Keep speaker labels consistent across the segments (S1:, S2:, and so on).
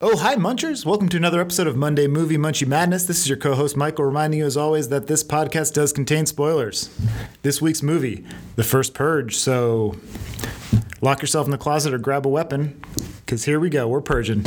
S1: Oh, hi, Munchers. Welcome to another episode of Monday Movie Munchie Madness. This is your co host, Michael, reminding you, as always, that this podcast does contain spoilers. This week's movie, The First Purge. So lock yourself in the closet or grab a weapon, because here we go. We're purging.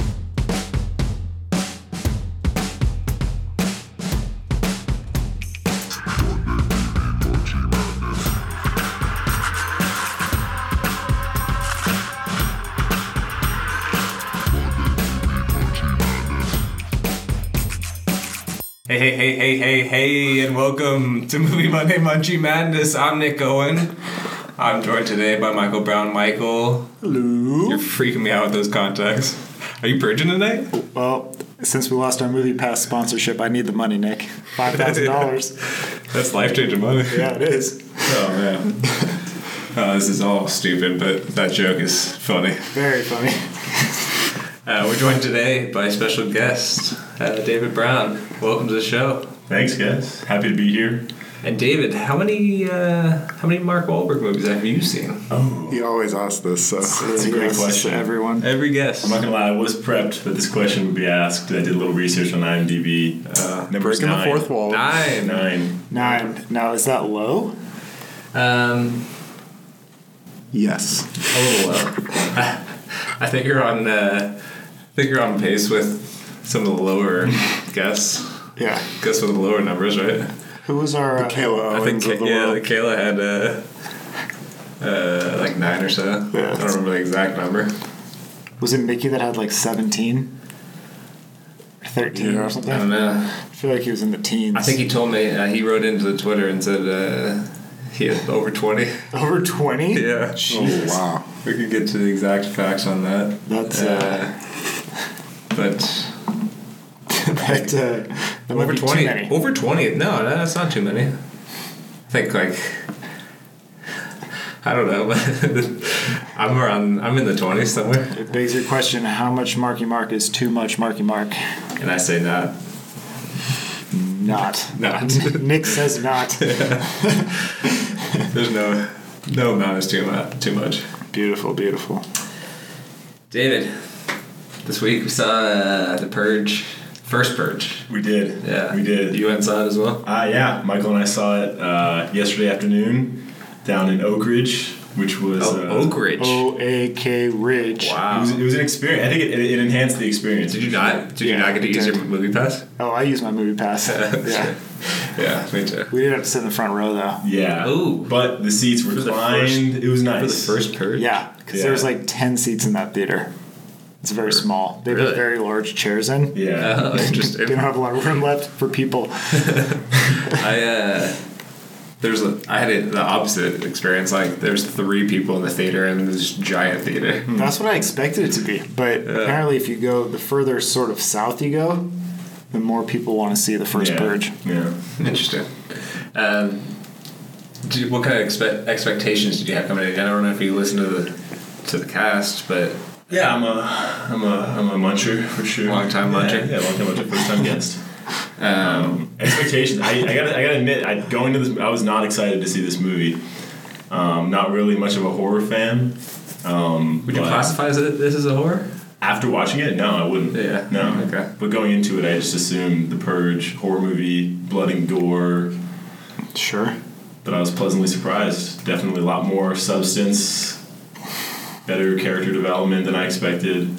S2: Hey, hey, hey, hey, hey, hey, and welcome to Movie Monday Munchie Madness. I'm Nick Owen. I'm joined today by Michael Brown. Michael,
S1: Hello.
S2: you're freaking me out with those contacts. Are you purging tonight?
S1: Well, since we lost our movie pass sponsorship, I need the money, Nick. $5,000.
S2: That's life changing money.
S1: yeah, it is.
S2: Oh, man. Uh, this is all stupid, but that joke is funny.
S1: Very funny.
S2: Uh, we're joined today by special guest, uh, David Brown. Welcome to the show.
S3: Thanks, guys. Happy to be here.
S2: And David, how many uh, how many Mark Wahlberg movies have you seen?
S4: You always ask this, so
S3: It's a great
S1: Yes,
S3: question.
S1: To everyone.
S2: Every guest.
S3: I'm not gonna lie, I was prepped that this question would be asked. I did a little research on IMDb. Uh, Number's
S4: breaking the
S3: nine.
S4: fourth wall.
S2: Nine.
S3: Nine.
S1: Nine. Now, is that low?
S2: Um,
S4: Yes,
S2: a little low. Oh, I think you're on. Uh, I think you're on pace with some of the lower guests.
S1: Yeah.
S2: Guess with the lower numbers, right?
S1: Who was our. uh,
S4: Kayla
S2: I think
S4: Owens
S2: Ka-
S4: of the
S2: yeah,
S4: world.
S2: like Kayla had uh, uh, like nine or so.
S1: Yeah.
S2: I don't remember the exact number.
S1: Was it Mickey that had like 17? Or 13
S4: Yeah.
S1: or something?
S2: I don't know.
S1: I feel like he was in the teens.
S2: I think he told me uh, he wrote into the Twitter and said uh, he had over twenty.
S1: over 20?
S2: Yeah,
S4: Oh wow!
S2: we could get to the exact facts on that.
S1: That's, uh,
S2: uh, but
S1: that, uh, that might
S2: over
S1: be too many.
S2: twenty. Over twenty. No, no, that's not too many. I think like I don't know, but I'm around. I'm in the twenties somewhere,
S1: It begs your question how much Marky Mark is too much Marky Mark?
S2: and I say not.
S1: Not.
S2: Not.
S1: Nick says not.
S2: There's no no amount is too much. Too much.
S1: beautiful, beautiful.
S2: David, this week we saw uh, the Purge, first Purge.
S3: We did.
S2: Yeah,
S3: We did.
S2: You went and saw it as well.
S3: Ah, yeah. Michael and I saw it uh, yesterday afternoon down in Oak Ridge, which was
S2: Oh,
S3: uh,
S2: Oak Ridge.
S1: OAK Ridge.
S3: It
S2: Wow.
S3: was, it was an experience. I think it, it, it enhanced the experience.
S2: Did you not? Did you
S1: Yeah,
S2: not get to
S1: I
S2: use your
S1: did.
S2: movie pass?
S1: Oh, I use my movie pass. yeah.
S2: Yeah, me too.
S1: We did have to sit in the front row though.
S3: Yeah.
S2: Ooh.
S3: But the seats
S2: the
S3: reclined. it was
S2: For the
S3: nice.
S2: first Purge.
S1: Yeah, because
S3: Yeah.
S1: there was like 10 seats in that theater. It's very small. They
S2: Really?
S1: put very large chairs in.
S3: Yeah.
S2: Oh, interesting.
S1: They don't have a lot of room left for people.
S2: I uh, there's a, I had it, the opposite experience. Like there's three people in the theater and this giant theater.
S1: That's what I expected it to be. But apparently, if you go the further sort of south you go, the more people want to see the first
S3: yeah.
S1: purge.
S3: Yeah.
S2: Interesting. Um, do, what kind of expe- expectations did you have coming in? I don't know if you listened to the to the cast, but
S3: Yeah, I'm a, I'm a, I'm a muncher for sure.
S2: Long-time
S3: yeah,
S2: muncher?
S3: Yeah, long time muncher, first time guest.
S2: um,
S3: Um, expectations. I, I gotta, I gotta admit, I going to this, I was not excited to see this movie. Um, not really much of a horror fan. Um,
S2: would you
S3: but
S2: classify as a, this as a horror?
S3: after watching it? No, I wouldn't.
S2: Yeah,
S3: No.
S2: okay.
S3: But going into it, I just assumed the purge, horror movie, blood and gore.
S1: Sure.
S3: But I was pleasantly surprised. Definitely a lot more substance, better character development than I expected.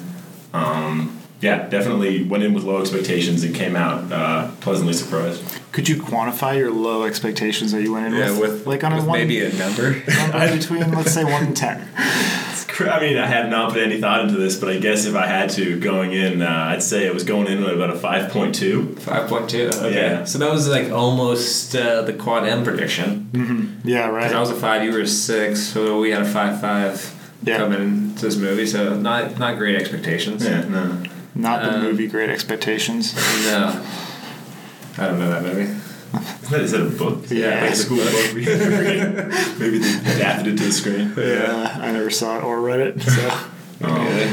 S3: Um, yeah, definitely went in with low expectations and came out uh, pleasantly surprised.
S1: Could you quantify your low expectations that you went in with? Like on a
S2: with
S1: one,
S2: maybe a number.
S1: number between, let's say, one and ten.
S3: It's cr- I mean, I had not put any thought into this, but I guess if I had to going in, uh, I'd say it was going in at about a 5.2.
S2: Five point two. Okay.
S3: Yeah.
S2: So that was like almost uh, the quad M prediction.
S1: Yeah,
S2: I
S1: right.
S2: was a five, you were a six, so we had a five five
S1: Yeah.
S2: coming to this movie. So not not great expectations.
S3: Yeah, no.
S1: Not the
S2: um,
S1: movie Great Expectations.
S2: No, I don't know that movie.
S3: Is that, is that a book?
S1: Yeah,
S3: like a
S1: it's a
S3: school book. we Maybe they adapted it to the screen.
S1: Yeah, Uh, I never saw it or read it. So
S2: Really?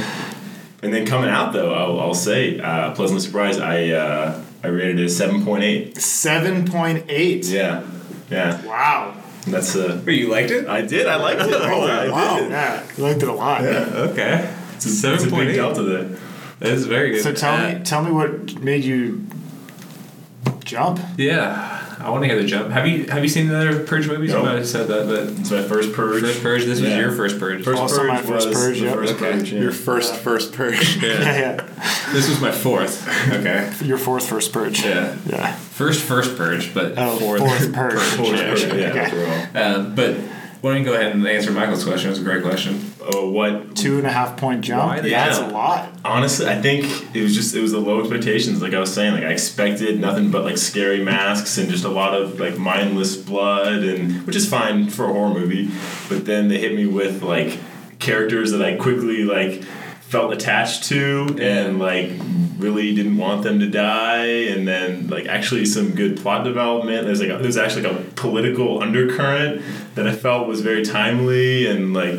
S3: And then coming out, though, I'll, I'll say, uh, pleasantly surprised, I, uh, I rated it a 7.8.
S1: seven point eight.
S3: Yeah. Yeah.
S1: Wow.
S3: And That's uh,
S2: Wait, you liked it?
S3: I did. I liked it. I
S1: Oh, wow.
S3: did.
S1: Yeah, I liked it a lot.
S3: Oh, Yeah.
S2: Okay.
S3: It's a, it's a
S2: 7.8.
S3: big delta there.
S2: That is very good.
S1: So tell me,
S2: Uh,
S1: tell me what made you jump.
S2: Yeah, I want to hear the jump. Have you have you seen the other Purge movies?
S3: Nope.
S2: I might have said that, but
S3: It's my first purge.
S2: first Purge. This was
S3: Yeah.
S2: your first Purge. Oh,
S3: First
S1: Also
S3: purge
S1: my first
S3: was
S1: purge,
S3: the
S1: yep.
S3: first
S2: Okay.
S3: purge. yeah.
S5: Your first first purge.
S2: Yeah.
S1: Yeah, yeah.
S2: this was my fourth. Okay.
S1: Your fourth first purge.
S2: Yeah.
S1: Yeah.
S2: First first Purge, but
S1: Oh,
S2: fourth,
S1: fourth Purge.
S2: Fourth
S3: Yeah,
S2: Purge.
S3: yeah,
S1: Okay.
S3: overall.
S2: Um, but why don't you go ahead and answer Michael's question? It was a great question.
S3: Uh, what
S1: Two and a half point jump.
S2: Why the-
S1: That's a
S3: Yeah.
S1: lot.
S3: honestly i think it was just it was the low expectations like i was saying like i expected nothing but like scary masks and just a lot of like mindless blood and which is fine for a horror movie but then they hit me with like characters that i quickly like felt attached to and like really didn't want them to die and then like actually some good plot development there's like a, there's actually like a political undercurrent that i felt was very timely and like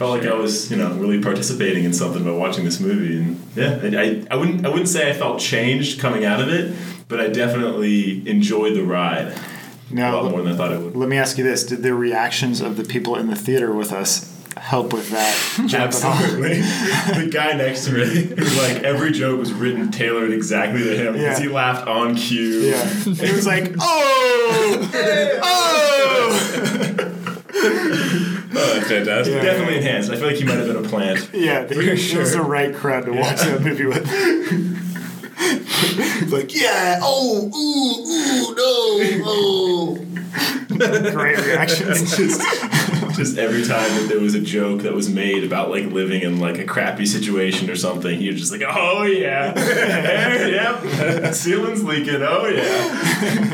S3: felt like I was, you know, really participating in something by watching this movie, and yeah, I, I, I wouldn't, I wouldn't say I felt changed coming out of it, but I definitely enjoyed the ride a lot
S1: Now,
S3: more than I thought I would.
S1: let me ask you this: Did the reactions of the people in the theater with us help with that? jump at all?
S3: Absolutely, the guy next to me, like every joke was written tailored exactly to him because
S1: Yeah.
S3: he laughed on cue.
S1: Yeah. It was like, oh, oh.
S2: Oh, fantastic.
S1: Yeah.
S3: Definitely enhanced. I feel like he might have been a plant.
S1: Yeah, it
S3: sure.
S1: was the right crowd to watch that movie with.
S5: like yeah, oh, ooh, ooh, no, oh.
S1: Great reactions.
S3: just just every time that there was a joke that was made about like living in like a crappy situation or something, he was just like, "Oh yeah, Hey, yep, ceiling's leaking. Oh yeah."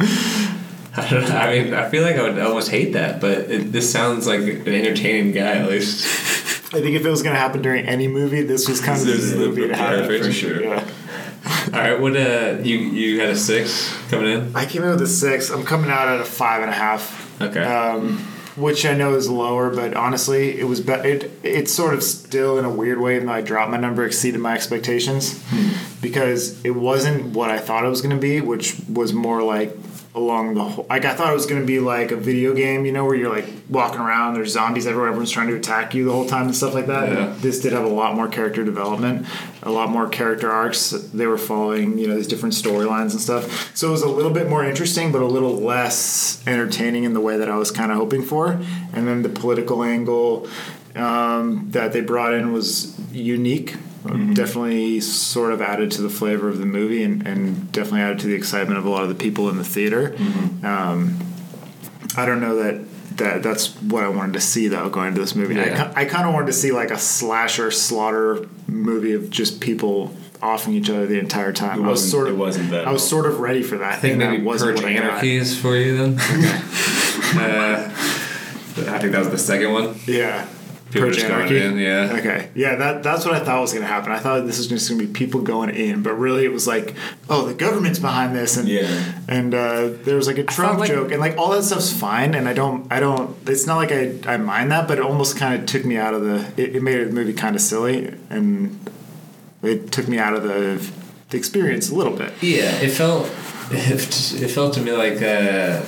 S2: I don't know. I mean, I feel like I would almost hate that, but it, this sounds like an entertaining guy at least.
S1: I think if it was going to happen during any movie, this was kind of
S3: This is
S1: the
S3: the
S1: movie to
S3: prepared
S1: happen.
S3: for sure.
S1: Yeah.
S2: All right, what uh, you you had a six coming in?
S1: I came in with a six. I'm coming out at a five and a half.
S2: Okay.
S1: Um, which I know is lower, but honestly, it was be- it. It's sort of still in a weird way, even though I dropped my number, exceeded my expectations
S3: Hmm.
S1: because it wasn't what I thought it was going to be, which was more like along the whole. Like I thought it was going to be like a video game, you know, where you're like walking around, there's zombies everywhere, everyone's trying to attack you the whole time and stuff like that.
S2: Yeah.
S1: This did have a lot more character development, a lot more character arcs. They were following, you know, these different storylines and stuff. So it was a little bit more interesting, but a little less entertaining in the way that I was kind of hoping for. And then the political angle um, that they brought in was unique. Definitely sort of added to the flavor of the movie and, and definitely added to the excitement of a lot of the people in the theater. Um, I don't know that, that that's what I wanted to see though going to this movie.
S2: Yeah.
S1: I, ki- I kind of wanted to see like a slasher slaughter movie of just people offing each other the entire time.
S3: It
S1: I was
S3: wasn't-
S1: sort
S3: it
S1: of
S3: wasn't that
S1: I was
S3: at all.
S1: sort of ready for that.
S2: I think
S1: and
S2: maybe
S1: that wasn't
S2: Purge
S1: what I got.
S2: Anarchy is for you then. uh, I think that was the second one.
S1: Yeah.
S2: People
S1: Purge
S2: just going
S1: Anarchy.
S2: in, yeah.
S1: Okay. Yeah, that that's what I thought was gonna happen. I thought this was just gonna be people going in, but really it was like, oh, the government's behind this, and
S3: Yeah.
S1: and uh, there was like a Trump
S2: like-
S1: joke, and like all that stuff's fine, and I don't, I don't. It's not like I, I mind that, but it almost kind of took me out of the. It, it made the movie kind of silly, and it took me out of the, the experience a little bit.
S2: Yeah, it felt it, felt to me like uh,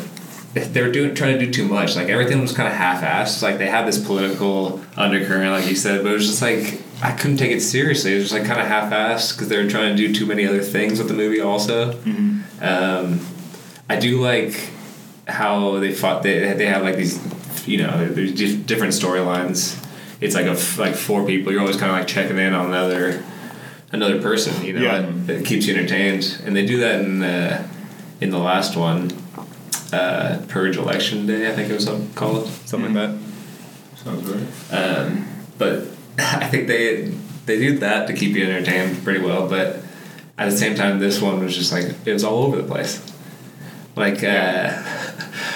S2: they were doing trying to do too much. Like everything was kind of half-assed. Like they had this political undercurrent, like you said, but it was just like I couldn't take it seriously. It was just like kind of half-assed because they were trying to do too many other things with the movie. Also, um, I do like how they fought. They they have like these, you know, there's dif- different storylines. It's like a f- like four people. You're always kind of like checking in on another another person. You know,
S1: Yeah.
S2: it, it keeps you entertained, and they do that in uh, in the last one, uh, Purge Election Day. I think it was some- called something like that.
S3: Sounds right.
S2: Um, but I think they they do that to keep you entertained pretty well. But at the same time, this one was just like it was all over the place. Like uh,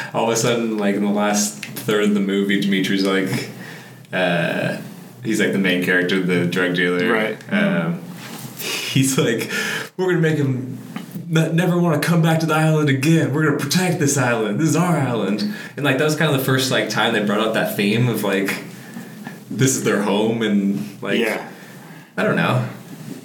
S2: all of a sudden, like in the last third of the movie, Dimitri's like uh, he's like the main character, the drug dealer,
S1: Right.
S2: Um, he's like, we're gonna make him. ne- Never want to come back to the island again. We're gonna protect this island. This is our island, and like that was kind of the first like time they brought up that theme of like this is their home and like
S1: yeah.
S2: I don't know.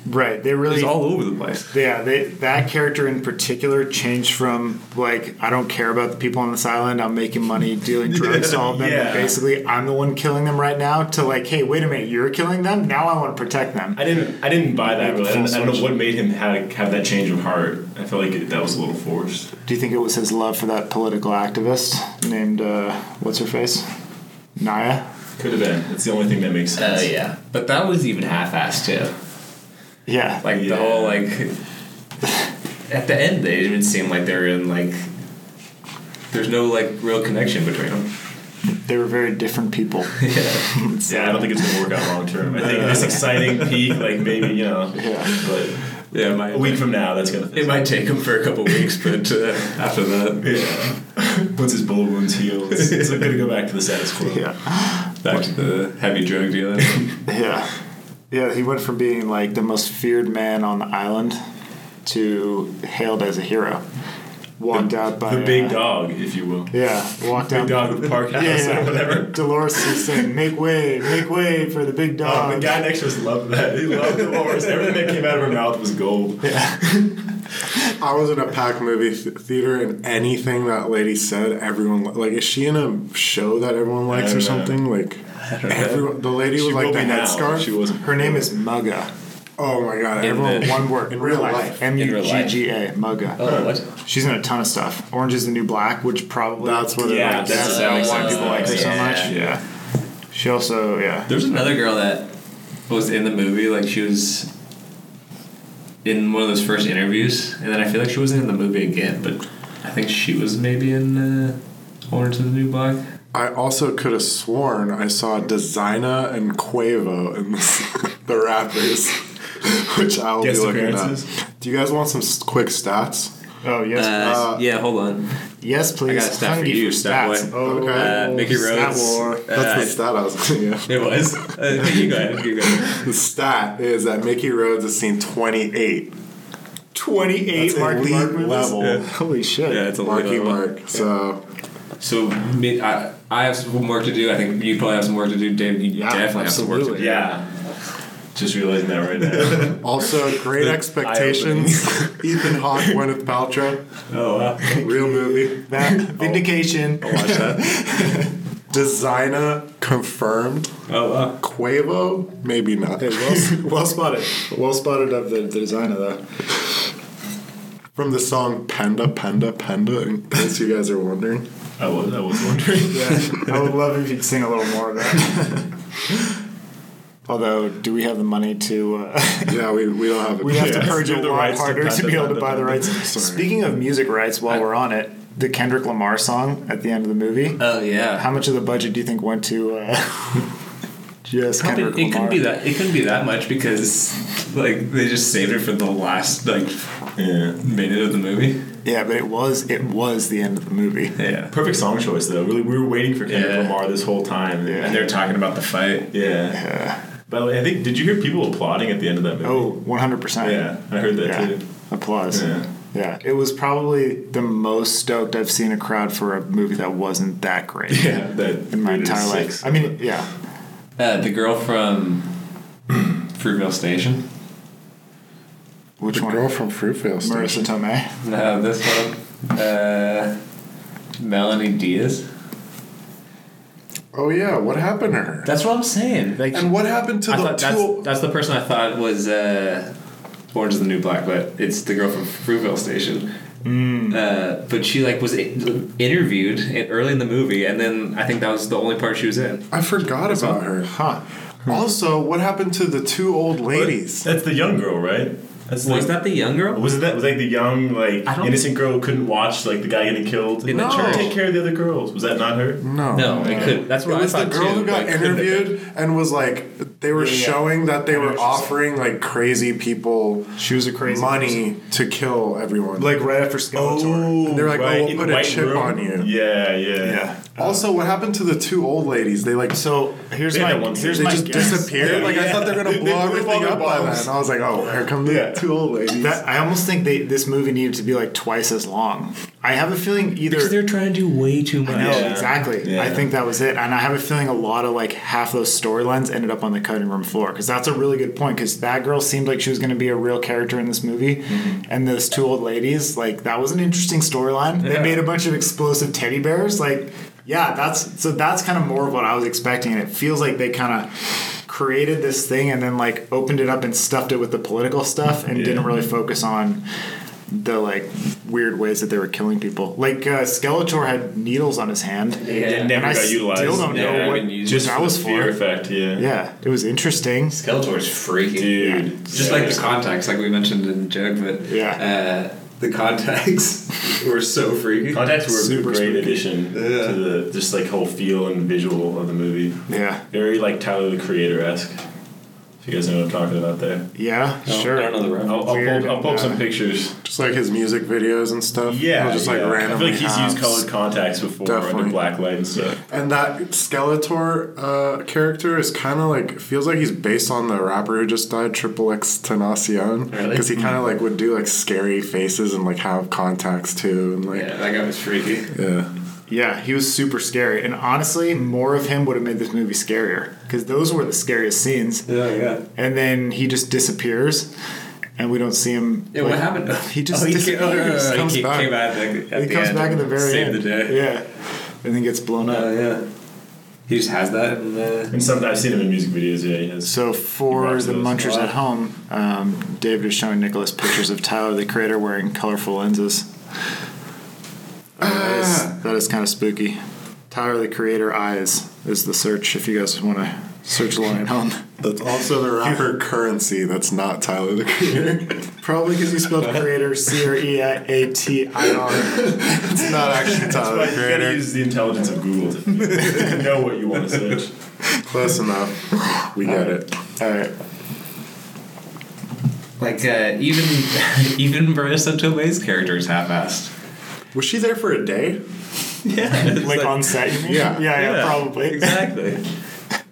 S1: right. They really
S2: It's all over the place.
S1: Yeah, they, that character in particular changed from like I don't care about the people on this island. I'm making money dealing drugs to all of them.
S3: Yeah.
S1: Basically, I'm the one killing them right now. To like, hey, wait a minute, you're killing them. Now I want to protect them.
S3: I didn't. I didn't buy that. Really. I, don't, I don't know
S1: Full
S3: what made him have, have that change of heart. I felt like it, that was a little forced.
S1: Do you think it was his love for that political activist named uh, what's her face, Naya?
S3: Could have been. It's the only thing that makes sense.
S2: Uh, Oh, yeah. But that was even half-assed too.
S1: Yeah,
S2: Like the
S3: Yeah.
S2: whole like. At the end, they didn't even seem like they're in like. There's no like real connection between them.
S1: they were very different people.
S2: Yeah.
S3: Yeah, I don't think it's gonna work out long term. I think this exciting peak, like maybe you know,
S1: Yeah.
S3: but
S2: Yeah. It might,
S3: a week from now, that's gonna.
S2: it might take them for a couple weeks, but uh, after that,
S3: Yeah. Once his bullet wounds heal, it's, it's gonna go back to the status quo.
S1: Yeah,
S2: back to the heavy drug dealer.
S1: yeah, yeah. He went from being like the most feared man on the island to hailed as a hero. Walked out by
S3: The big
S1: uh,
S3: dog, if you will.
S1: Yeah, walked out.
S3: Big dog of the park house
S1: Yeah,
S3: or
S1: yeah.
S3: whatever.
S1: Dolores is saying, "Make way, make way for the big
S3: Oh,
S6: Um,
S1: dog."
S3: the guy next to us loved that. He loved the horse. Everything that came out of her mouth was gold.
S6: I was in a packed movie th- theater, and anything that lady said, everyone li- like. Is she in a show that everyone likes
S3: don't
S6: or
S3: know.
S6: something? Like, everyone, the lady
S3: She
S6: with
S3: will
S6: like the
S3: be now.
S6: headscarf.
S3: She wasn't.
S1: Her name is Mugga.
S6: oh my god!
S2: the-
S6: Everyone,
S1: One word
S6: In real life.
S1: M
S2: real
S1: U
S2: life.
S1: G G A. Mugga.
S2: Oh, what?
S1: She's in a ton of stuff. Orange is the New Black, which probably
S6: that's what.
S3: Yeah,
S6: it like,
S3: that's-
S6: says.
S1: that's
S2: that
S1: why
S2: makes
S1: people
S2: sense.
S1: like her so
S2: Yeah.
S1: much. Yeah. She also, yeah.
S2: There was another girl that was in the movie, like she was in one of those first interviews, and then I feel like she wasn't in the movie again, but I think she was maybe in uh, Orange is the New Black.
S6: I also could have sworn I saw Designa and Quavo in this, the rappers, which I will
S3: Guest
S6: be looking up.
S3: appearances?
S6: Do you guys want some s- quick stats?
S1: Oh yes,
S6: Uh,
S2: yeah, hold on.
S1: please. yes, please.
S2: got a stat for
S1: Hungry
S2: you,
S1: for
S2: stat boy.
S1: stats. Oh,
S6: Okay.
S2: Uh, Mickey
S1: stat
S2: Rhodes.
S1: war.
S6: That's
S2: Uh,
S6: the stat I was going to
S2: It was. Uh, you go ahead. You go ahead.
S6: The stat is that Mickey Rhodes has seen 28
S1: Twenty-eight Mark
S6: elite
S1: Markmans?
S6: level.
S1: Yeah. Holy shit!
S2: Yeah, it's a
S6: Marky
S2: little-
S6: Mark. So
S2: So me, I, I have some work to do. I think you probably have some work to do, Dave. You definitely have some work to
S1: absolutely.
S2: do.
S3: Yeah. Just realizing that right now.
S6: also great expectations. Ethan Hawke, Gwyneth Paltrow,
S3: oh, wow.
S6: real movie.
S1: That vindication.
S3: Watch that.
S6: Designa confirmed.
S2: Oh wow.
S6: Quavo, maybe not.
S1: Hey, well, well spotted. Well spotted of the, the designer, though.
S6: From the song Panda, Panda, Panda, in case you guys are wondering.
S3: I was, I was wondering.
S1: I would love if you'd sing a little more of that. Although, do we have the money to? Uh,
S6: Yeah, we, we don't have a
S1: we have to
S6: chance.
S1: purge a
S3: Do the
S1: lot
S3: rights to
S1: harder to,
S3: Panda,
S1: be able to
S3: Panda,
S1: buy the
S3: Panda.
S1: rights.
S6: Sorry.
S1: Speaking of music rights, while we're on it, the Kendrick Lamar song at the end of the movie.
S2: Oh yeah.
S1: how much of the budget do you think went to? Uh, just
S2: Probably-
S1: Kendrick
S2: it
S1: Lamar.
S2: couldn't be that. It couldn't be that much because like they just saved it for the last like
S3: yeah.
S2: minute of the movie.
S1: Yeah, but it was. It was the end of the movie.
S2: Yeah.
S3: Perfect song choice though. Really, we were waiting for Kendrick
S2: Yeah.
S3: Lamar this whole time.
S2: And they're talking about the fight.
S3: Yeah.
S1: Yeah.
S3: By the way, I think did you hear people applauding at the end of that movie?
S1: Oh, 100 percent.
S3: Yeah, I heard that
S1: Yeah.
S3: too.
S1: Applause.
S3: Yeah.
S1: Yeah, it was probably the most stoked I've seen a crowd for a movie that wasn't that great
S3: Yeah, that
S1: in my
S3: rated
S1: entire
S3: six.
S1: life. I mean, yeah,
S2: Uh, the girl from Fruitvale Station.
S1: which
S6: The
S1: one?
S6: girl from Fruitvale
S1: Marissa
S6: Station.
S1: Tomei.
S2: No, Uh, this one. Uh, Melanie Diaz.
S6: Oh, yeah, what happened to her?
S2: That's what I'm saying. Like,
S6: And what happened to
S2: I
S6: the
S2: thought that's,
S6: two.
S2: that's the person I thought was uh, Orange is the New Black, but it's the girl from Fruitvale Station. Uh, but she like was i- interviewed in- early in the movie, and then I think that was the only part she was in.
S6: I forgot about her.
S1: Huh.
S6: Also, what happened to the two old ladies?
S3: That's the young girl, right? That's
S2: Was
S3: like,
S2: that the young girl?
S3: was that was like the young like
S2: I don't-
S3: innocent girl who couldn't watch like the guy getting killed
S2: In the
S3: no.
S2: church.
S3: Take care of the other girls. Was that not her?
S6: No.
S2: No, it could. That's
S6: It
S2: what I
S6: was the
S2: thought
S6: girl
S2: too.
S6: who got
S2: like,
S6: interviewed and was like, they were
S1: Yeah, yeah.
S6: showing that they
S1: I know
S6: were
S1: what you're
S6: offering like crazy people
S1: She was a crazy
S6: money to kill everyone.
S1: Like right after Skeletor.
S6: They're like, oh, we'll
S3: in
S6: put
S3: the
S6: a
S3: white
S6: chip
S3: room.
S6: on you.
S3: Yeah, yeah,
S1: Yeah.
S6: Also, what happened to the two old ladies? They like
S1: So here's
S3: Yeah,
S1: my
S3: that one
S1: here's
S6: they
S1: my
S6: just
S1: guess.
S6: disappeared. like I thought they were gonna
S3: They- they
S6: blow
S3: blew up
S6: everything
S3: all the
S6: up by
S3: bombs.
S6: then. I was like, oh, here come the
S3: Yeah.
S6: two old ladies.
S1: That, I almost think they, this movie needed to be like twice as long. I have a feeling either
S2: Because they're trying to do way too much.
S1: No,
S3: Yeah.
S1: exactly. I
S3: Yeah.
S1: think that was it. And I have a feeling a lot of like half those storylines ended up on the cutting room floor because that's a really good point. Because that girl seemed like she was going to be a real character in this movie,
S3: Mm-hmm.
S1: and those two old ladies, like that was an interesting storyline. They
S3: Yeah.
S1: made a bunch of explosive teddy bears. Like, yeah, that's so that's kind of more of what I was expecting. And it feels like they kind of created this thing and then like opened it up and stuffed it with the political stuff and
S3: Yeah.
S1: didn't really focus on the like weird ways that they were killing people. Like uh, Skeletor had needles on his hand.
S2: Yeah.
S3: It never
S1: And I
S3: got
S1: still
S3: utilized.
S1: don't know
S3: yeah,
S1: what-
S3: I mean, you-
S1: what
S3: just
S1: that
S3: for
S1: was
S3: the
S1: for.
S3: fear effect. Yeah,
S1: Yeah, it was interesting.
S2: Skeletor's freaking.
S3: dude.
S2: Just
S3: yeah.
S2: like the contacts, like we mentioned in joke, but
S1: Yeah.
S2: uh, the contacts were so freaky.
S3: contacts were
S1: Super
S3: a great
S1: spooky.
S3: addition
S2: Yeah.
S3: to the just like whole feel and visual of the movie.
S1: Yeah,
S3: Very like Tyler the Creator esque. If you guys know what I'm talking about there,
S1: yeah,
S2: No,
S1: sure.
S2: I don't know the reference.
S3: I'll, I'll,
S1: Weird
S3: pull, I'll pull
S1: and,
S3: up some
S1: uh,
S3: pictures.
S6: just like his music videos and stuff.
S3: Yeah,
S6: He'll just like
S3: yeah.
S6: randomly.
S3: I feel like he's
S6: have
S3: used colored contacts before under
S6: Definitely.
S3: black light and stuff.
S6: And that Skeletor uh, character is kind of like feels like he's based on the rapper who just died, Triple X Tenacion,
S2: Really?
S6: because he kind of like would do like scary faces and like have contacts too, and like
S2: Yeah, that guy was freaky.
S6: yeah.
S1: Yeah, he was super scary. And honestly, more of him would have made this movie scarier because those were the scariest scenes.
S2: Yeah, yeah.
S1: And then he just disappears, and we don't see him.
S2: Yeah,
S1: like-
S2: what happened?
S1: He just
S2: oh, he came,
S1: disappears.
S2: oh, no, no, no, he
S1: comes
S2: came-
S1: back.
S2: came out at the, at
S1: he
S2: the
S1: comes
S2: end
S1: back at
S2: and
S1: the very
S2: saved
S1: end.
S2: the day.
S1: Yeah, and then gets blown up.
S2: Oh, yeah. He just has that uh, in the.
S3: And some I've seen him in music videos. Yeah, he has.
S1: So for
S3: Rocks
S1: the
S3: those
S1: munchers
S3: a lot.
S1: at home, um, David is showing Nicholas pictures of Tyler the Creator wearing colorful lenses.
S2: Ah.
S1: That is, that is kind of spooky. Tyler the Creator eyes is the search if you guys want to search along at home.
S6: That's also the rapper currency. That's not Tyler the Creator.
S1: Probably because you spelled Creator C R E A T I R.
S6: it's not actually Tyler
S3: But
S6: the
S3: you gotta
S6: Creator.
S3: use the intelligence of Google to know what you want to search.
S6: Close enough. We get it.
S1: All right.
S2: Like, uh, even even Marissa Tomei's character is half assed.
S6: Was she there for a day?
S2: Yeah.
S1: Like, on set, you mean?
S6: Yeah.
S1: yeah, yeah, probably.
S2: Exactly.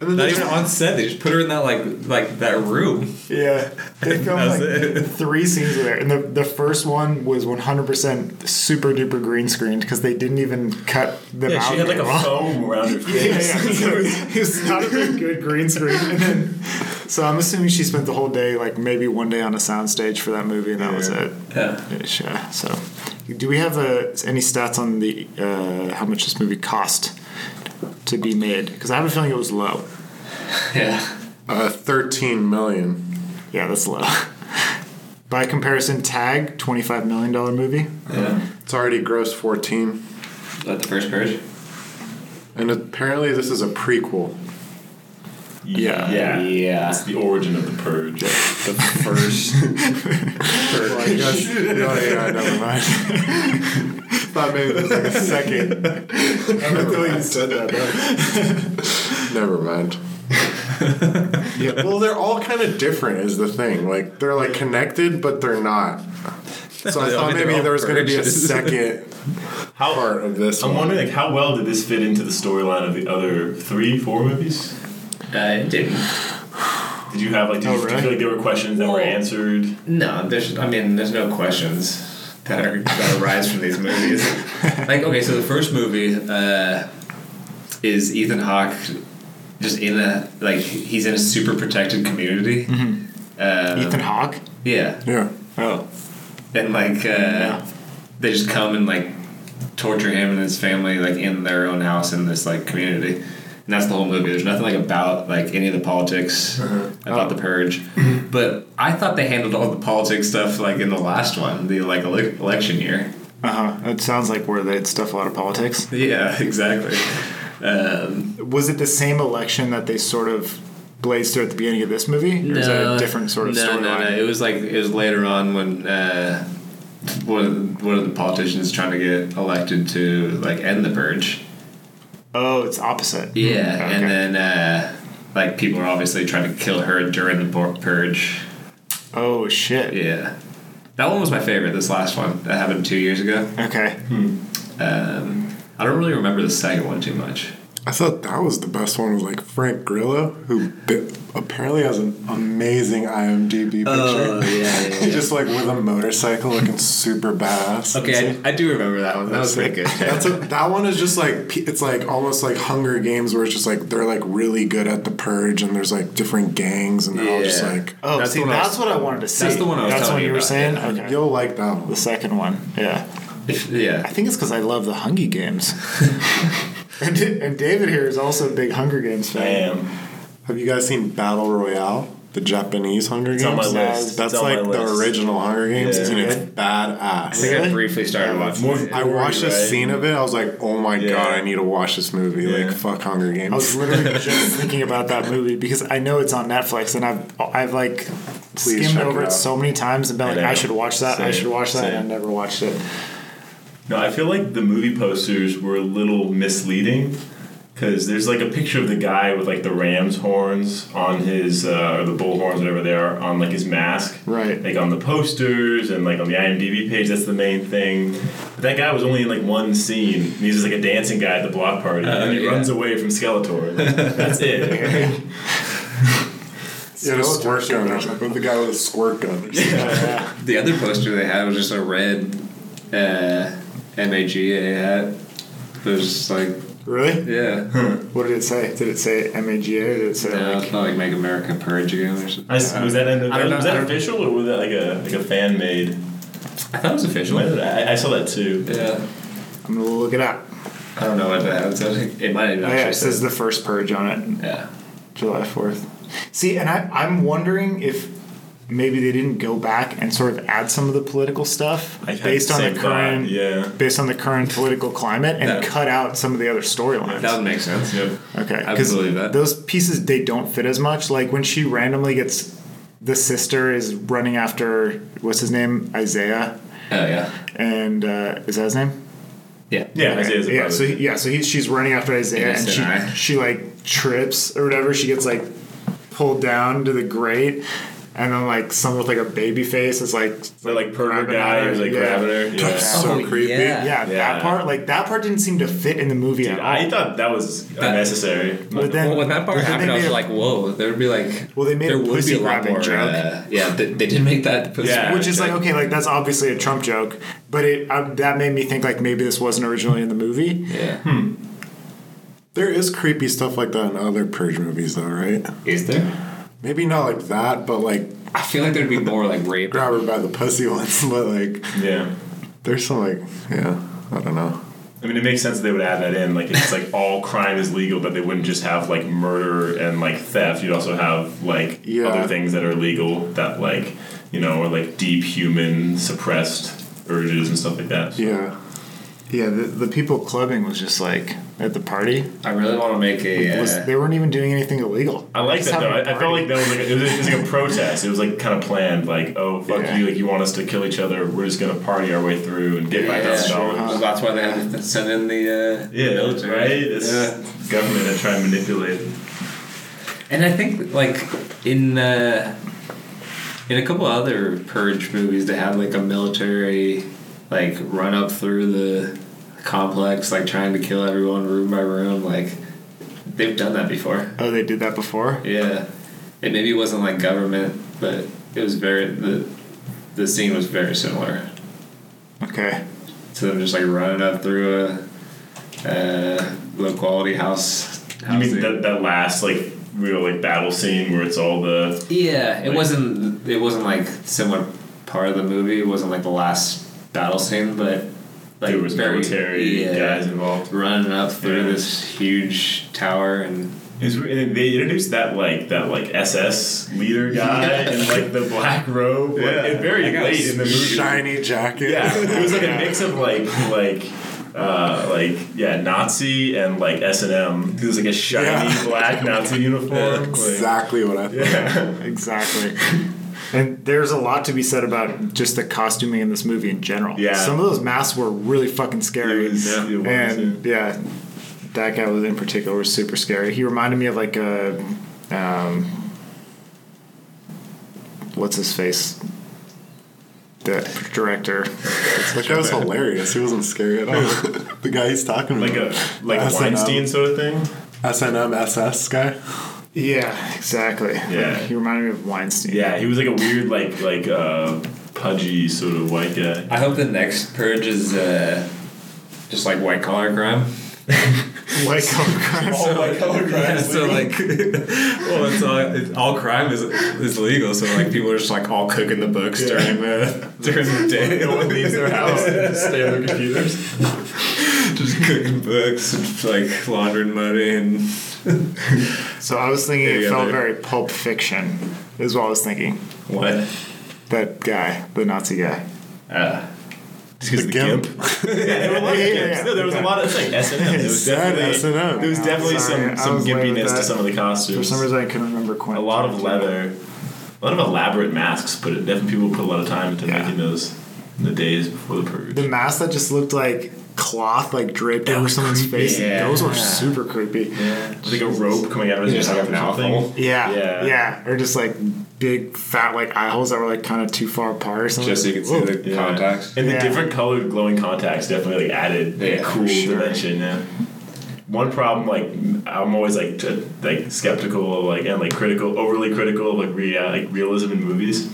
S6: And then
S2: Not
S6: they
S2: even
S6: just-
S2: on set. They just put her in that like like that room.
S1: Yeah, they filmed
S2: That's
S1: like
S2: it.
S1: three scenes with her, and the the first one was one hundred percent super duper green screened because they didn't even cut them
S2: Yeah,
S1: out.
S2: she had like
S1: very
S2: a
S1: well.
S3: Foam around her
S1: yeah,
S3: face.
S1: yeah. So it was- it was not a very good green screen. And then, so I'm assuming she spent the whole day, like maybe one day on a soundstage for that movie, and that was it.
S2: Yeah.
S1: Ish, Yeah. So, do we have uh, any stats on the uh, how much this movie cost to be made? Because I have a feeling it was low.
S2: Yeah.
S6: uh, Thirteen million.
S1: Yeah, that's low. By comparison, Tag, $25 million movie.
S2: Yeah.
S6: It's already gross fourteen,
S2: Is that the first purge?
S6: and apparently this is a prequel.
S1: Yeah.
S3: yeah,
S2: Yeah.
S3: It's the origin of the purge.
S2: The first.
S6: Well, I guess- oh, yeah, never mind. Thought maybe this was like a second.
S1: I feel like you said that.
S6: Never mind. yeah. Well, they're all kind of different, is the thing. Like they're like connected, but they're not. So I
S2: They're all-
S6: thought
S2: they're
S6: maybe
S2: all
S6: there was going to be a
S2: purges.
S6: second
S3: How
S6: part of this
S3: I'm
S6: one.
S3: wondering like how well did this fit into the storyline of the other three, four movies?
S2: I didn't.
S3: Did you have like did
S1: Oh,
S3: you, did you feel
S1: really?
S3: like there were questions that were
S2: Well-
S3: answered?
S2: No, there's. I mean, there's no questions that are that arise from these movies. like, okay, so the first movie uh, is Ethan Hawke, just in a like he's in a super protected community. Uh,
S1: Ethan Hawke?
S2: Yeah,
S6: Yeah.
S1: Oh.
S2: and like uh, they just come and like torture him and his family like in their own house in this like community and that's the whole movie there's nothing like about like any of the politics
S1: Uh-huh.
S2: about
S1: Oh.
S2: the purge but i thought they handled all the politics stuff like in the last one the like ele- election year
S1: Uh huh. It sounds like where they had stuff a lot of politics.
S2: yeah exactly um,
S1: Was it the same election that they sort of blazed through at the beginning of this movie? Or is that a different sort of
S2: no,
S1: storyline?
S2: no, no. it was like it was later on when uh, one, of the, one of the politicians trying to get elected to like end the purge
S1: Oh, it's opposite.
S2: Yeah,
S1: Okay.
S2: and then uh, like people are obviously trying to kill her during the pur- purge.
S1: Oh, shit.
S2: Yeah, that one was my favorite. This last one that happened two years ago.
S1: Okay.
S2: Um, I don't really remember the second one too much.
S6: I thought that was the best one was like Frank Grillo, who bi- apparently has an amazing IMDb picture.
S2: Oh, yeah, yeah, yeah.
S6: just like with a motorcycle looking super badass.
S2: Okay, I, I do remember that one. That was pretty good.
S6: That's a, that one is just like p- it's like almost like Hunger Games, where it's just like they're like really good at the purge, and there's like different gangs, and they're all just
S2: Yeah.
S6: like
S1: Oh,
S2: That's
S1: see,
S2: the one I
S1: that's
S2: was-
S1: what I wanted to see.
S2: the one I was
S1: That's
S2: telling
S1: what
S2: you
S1: you were
S2: about,
S1: saying.
S2: yeah.
S1: Okay.
S6: you'll like that one.
S1: The second one, yeah. I
S2: yeah.
S1: think it's because I love the Hunger Games. and, and David here is also a big Hunger Games
S3: I
S1: fan.
S3: am.
S6: Have you guys seen Battle Royale? The Japanese Hunger Games.
S3: It's on my
S1: Yeah,
S3: list.
S6: That's
S3: It's on
S6: like
S3: my
S6: the
S3: list.
S6: original Hunger Games,
S3: Yeah.
S6: and it's
S1: Okay.
S6: badass.
S2: I think I
S1: Really?
S2: briefly started watching
S3: More-
S2: it.
S6: I watched a
S3: right?
S6: scene of it. I was like, "Oh my
S3: Yeah.
S6: god, I need to watch this movie!"
S3: Yeah.
S6: Like, fuck Hunger
S1: I was
S6: Games.
S1: literally just thinking about that movie because I know it's on Netflix, and I've I've like
S6: Please
S1: skimmed
S6: check
S1: over
S6: it
S1: it,
S6: out.
S1: so many times and been
S3: I
S1: like,
S3: know.
S1: I should watch that. I
S3: Same,
S1: should watch that.
S3: same.
S1: And I never watched it.
S3: No, I feel like the movie posters were a little misleading because there's like a picture of the guy with like the ram's horns on his uh, or the bull horns, whatever they are, on like his mask.
S1: Right.
S3: Like on the posters and like on the IMDb page, that's the main thing. But that guy was only in like one scene. And he's just like a dancing guy at the block party, and he
S2: Uh, yeah.
S3: runs away from Skeletor. Like, that's it.
S6: Yeah, the squirt gun. With the guy with a squirt gun.
S2: The other poster they had was just a red uh, MAGA hat. It was just like,
S1: Really?
S2: yeah,
S1: What did it say? Did it say M A G A? Did it say
S2: no,
S1: like
S2: it's not like Make America Purge again or something.
S3: I s- was that in the,
S2: I don't know,
S3: was
S2: I
S3: that
S2: don't-
S3: official or was that like a like a fan made?
S2: I thought it was official.
S3: I, I saw that too.
S2: Yeah,
S1: I'm gonna look it up.
S2: I don't know what that was. I think It might have
S1: Oh, yeah,
S2: actually
S1: it says the first purge on it,
S2: yeah.
S1: July 4th. See, and I, I'm wondering if maybe they didn't go back and sort of add some of the political stuff
S3: I had
S1: based
S3: the
S1: on the
S3: same thought,
S1: current,
S3: yeah.
S1: based on the current political climate, and
S2: That-
S1: cut out some of the other storylines.
S2: That would make sense.
S3: Yep.
S1: Okay,
S2: I
S1: because
S2: believe that.
S1: those pieces they don't fit as much. Like when she randomly gets the sister is running after what's his name Isaiah,
S2: Oh, yeah.
S1: and uh, is that his name?
S2: Yeah.
S3: Yeah, Isaiah's a
S1: yeah,
S3: brother.
S1: so he, yeah, so he, she's running after Isaiah, and
S2: Innocent
S1: she
S2: eye.
S1: she like trips or whatever. She gets like pulled down to the grate, and then like someone with like a baby face is like
S3: That like pervert
S1: grabbing
S3: guy
S1: at her.
S3: who's like
S1: yeah.
S3: grabbing her.
S6: That's
S3: Yeah.
S6: so
S2: Oh,
S6: creepy.
S2: yeah.
S1: Yeah,
S3: Yeah.
S1: that part like that part didn't seem to fit in the movie at all.
S3: I thought that was
S2: That-
S3: unnecessary.
S1: But then
S2: Well, when that part
S1: but then
S2: happened,
S1: they
S2: I was
S1: made a-
S2: like, "Whoa!" There would be like,
S1: Well, they made
S2: there
S1: a
S2: would be
S1: pussy
S2: lot
S1: grabbing
S2: more,
S1: joke.
S2: uh, yeah, they, they did make that pussy
S3: Yeah.
S2: grabbing
S1: which is like
S2: joke.
S1: okay, like that's obviously a Trump joke, but it I, that made me think like maybe this wasn't originally in the movie.
S2: yeah.
S1: Hmm.
S6: There is creepy stuff like that in other Purge movies, though, right?
S2: Is there?
S6: Maybe not like that, but like
S2: I feel like there'd be more like rape.
S6: grab her by the pussy once. But like,
S3: yeah.
S6: there's some like, yeah, I don't know.
S3: I mean, it makes sense that they would add that in. Like, it's like all crime is legal, but they wouldn't just have like murder and like theft. You'd also have like
S6: Yeah.
S3: other things that are legal that like you know are like deep human suppressed urges and stuff like that.
S6: Yeah,
S1: Yeah, the, the people clubbing was just like at the party.
S2: I really want to make a.
S1: Was,
S2: uh,
S1: they weren't even doing anything illegal.
S3: I like
S1: Just
S3: that though. I,
S1: having a
S3: I felt
S1: party.
S3: like that was like a, it, was, it was like a protest. It was like kind of planned. Like, oh fuck
S1: Yeah.
S3: you! Like you want us to kill each other? We're just gonna party our way through and get
S2: Yeah,
S3: my thousand dollars.
S2: that's, why they had to send in the uh,
S3: Yeah,
S2: military.
S3: right. It's
S2: Yeah.
S3: government that try and manipulate.
S2: And I think like in uh, in a couple other purge movies, they had like a military like run up through the complex, like trying to kill everyone room by room. Like they've done that before.
S1: Oh, they did that before.
S2: Yeah, it maybe wasn't like government, but it was very the the scene was very similar.
S1: Okay.
S2: to them just like running up through a uh, low quality house.
S3: You
S2: housing.
S3: mean that, that last like real like battle scene where it's all the
S2: yeah, it
S3: Like-
S2: wasn't. It wasn't like similar part of the movie. It wasn't like the last battle scene, but like
S3: there was
S2: very,
S3: military
S2: yeah,
S3: guys involved.
S2: running up through
S3: Yeah.
S2: this huge tower and
S3: It's re- and they introduced that like that like SS leader guy in like the black robe. Like,
S2: Yeah.
S3: and very
S2: That guy
S3: late
S2: was
S3: in the movie.
S6: shiny jacket.
S3: Yeah, it was like a mix of like like. Uh, like yeah, Nazi and like S and M. It was like a shiny
S6: Yeah.
S3: black Nazi uniform. Like,
S6: exactly what I thought.
S3: Yeah.
S1: Exactly. and there's a lot to be said about just the costuming in this movie in general.
S3: Yeah.
S1: Some of those masks were really fucking scary.
S3: It was- Yeah. it was,
S1: and yeah, that guy was in particular was super scary. He reminded me of like uh, a, um, what's his face? that director.
S6: That guy was hilarious. He wasn't scary at all. the guy he's talking about.
S3: Like a like
S6: SNL.
S3: Weinstein sort of thing.
S6: SNM SS guy.
S1: Yeah, exactly.
S3: Yeah.
S1: Like, he reminded me of Weinstein.
S3: Yeah, he was like a weird like like uh, pudgy sort of white guy.
S2: I hope the next purge is uh, just like white collar crime.
S1: White collar crime.
S3: All white collar crime.
S2: Yeah, so like, well, it's all, it's all crime is is legal. So like, people are just like all cooking the books during the during the day.
S3: no one leaves their house. They just stay on their computers.
S2: just cooking books and like laundering money and
S1: So I was thinking it
S2: Yeah,
S1: felt
S2: they-
S1: very Pulp Fiction. Is what I was thinking.
S2: what?
S1: That guy, the Nazi guy.
S2: Uh,
S6: The, gimp.
S3: Yeah, there were a lot of
S1: Yeah, yeah,
S3: gimps.
S1: yeah.
S3: No, there was a lot of it's like SNM. There was
S6: Sad
S3: definitely
S6: SNM.
S3: there was definitely
S1: Sorry, I
S3: some some
S1: was late with
S3: gimpiness to
S1: that.
S3: some of the costumes.
S1: For some reason, I couldn't remember Quentin.
S3: a lot of
S1: Tarantino.
S3: leather, a lot of elaborate masks. But it, definitely people put a lot of time into
S1: Yeah.
S3: making those in the days before the purge.
S1: The mask that just looked like cloth, like draped over someone's face.
S2: Yeah.
S1: Those were super creepy.
S3: yeah, like a rope coming out of his
S2: Yeah.
S3: mouth or something.
S1: Yeah,
S3: Yeah.
S1: yeah, or just like big fat like eye holes that were like kind of too far apart or something.
S2: just so you can see
S1: Whoa.
S2: the
S3: Yeah.
S2: contacts.
S3: and
S1: Yeah.
S3: the different colored glowing contacts definitely like added a
S2: Yeah,
S3: cool
S2: for sure.
S3: dimension. Yeah. One problem, like I'm always like t- like skeptical, like and like critical, overly critical of like rea- like realism in movies,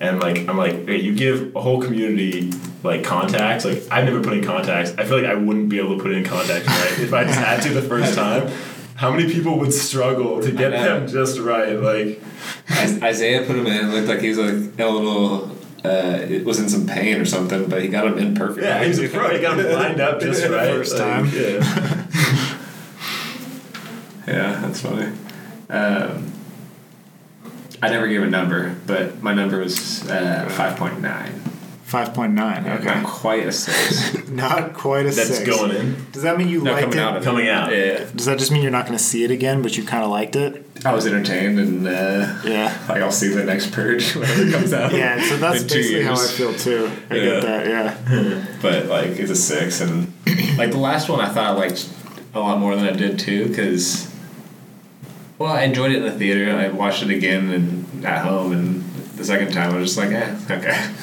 S3: and like I'm like, okay, you give a whole community like contacts. Like I've never put in contacts. I feel like I wouldn't be able to put in contacts right if I just had to the first time. How many people would struggle to get
S2: know.
S3: them just right? Like
S2: Is- Isaiah put him in. Looked like he was like a little. Uh, it was in some pain or something, but he got him in perfect.
S3: yeah, he's a pro. He got them lined up just right
S1: First
S3: like,
S1: time.
S3: Yeah.
S2: Yeah, that's funny. Um, I never gave a number, but my number was uh, 5.9.
S1: Five point nine. Okay,
S2: Not quite a 6.
S1: not quite a
S3: That's
S1: six.
S3: going in.
S1: Does that mean you
S2: Not
S1: liked
S2: coming
S1: it?
S2: out of it.
S3: Coming out.
S2: Yeah.
S1: Does that just mean you're not going to see it again, but you kind of liked it?
S2: I was entertained, and uh,
S1: Yeah.
S2: like I'll see the next purge whenever it comes out.
S1: Yeah, so that's
S2: in two
S1: basically how I
S2: years.
S1: feel too. I
S2: Yeah.
S1: get that. Yeah,
S2: But like it's a 6, and like the last one I thought I liked a lot more than I did too, because. Well, I enjoyed it in the theater. I watched it again and at home, and the second time I was just like, eh, okay.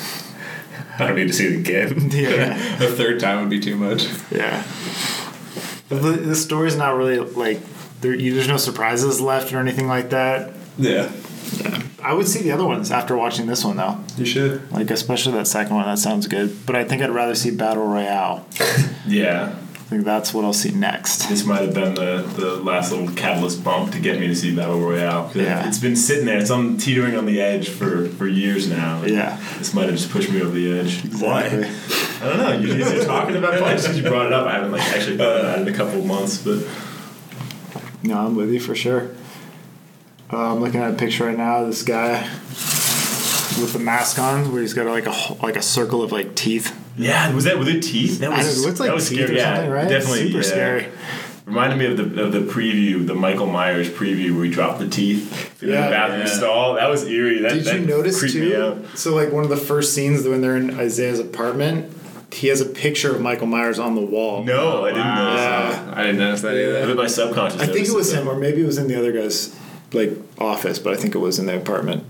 S2: I don't need to see it again.
S1: Yeah.
S2: a third time would be too much.
S1: yeah. But the, the story's not really like there. You, there's no surprises left or anything like that.
S2: Yeah.
S1: I would see the other ones after watching this one though.
S2: You should.
S1: Like especially that second one. That sounds good. But I think I'd rather see Battle Royale.
S3: Yeah,
S1: I think that's what I'll see next.
S3: this might have been the, the last little catalyst bump to get me to see Battle Royale. 'Cause
S1: Yeah.
S3: It's been sitting there, it's on teetering on the edge for, for years now.
S1: Yeah.
S3: This might have just pushed me over the edge.
S1: Why?
S3: I don't know, you guys are talking about it since you brought it up. I haven't like actually thought about it in a couple of months, but
S1: No, I'm with you for sure. Uh, I'm looking at a picture right now. of This guy with the mask on, where he's got like a h- like a circle of like teeth.
S3: yeah, was that with the teeth? That
S1: I
S3: was
S1: don't know, it looked like
S3: that was
S1: teeth
S3: scary.
S1: or
S3: yeah,
S1: something, right?
S3: Definitely
S1: super
S3: yeah.
S1: scary.
S3: Reminded me of the of the preview, the Michael Myers preview where he dropped the teeth in
S1: Yeah.
S3: the bathroom stall. That was eerie. That,
S1: Did
S3: that
S1: you notice
S3: creeped me out.
S1: too? So like one of the first scenes when they're in Isaiah's apartment, he has a picture of Michael Myers on the wall.
S3: No, I didn't notice. that.
S2: Uh, I didn't notice that
S3: I
S2: either.
S3: think my subconscious.
S1: I think it
S3: noticed
S1: was
S3: that.
S1: him, or maybe it was in the other guy's like office, but I think it was in the apartment.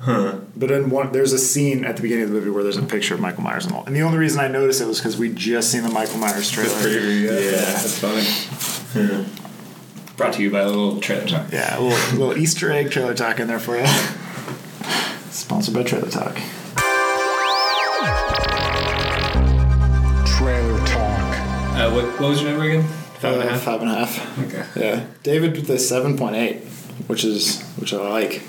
S1: But in one, there's a scene at the beginning of the movie where there's a picture of Michael Myers on the wall, and the only reason I noticed it was because we just seen the Michael Myers trailer.
S2: Preview, yeah.
S3: Yeah.
S2: That's funny. Brought to you by a little trailer talk.
S1: yeah, a little, little Easter egg trailer talk in there for you. Sponsored by Trailer Talk.
S4: Trailer talk.
S2: Uh, what, what was your number again? Five and a
S1: Uh,
S2: half?
S1: Five and a half.
S2: Okay.
S1: Yeah, David with a seven point eight, which is which I like.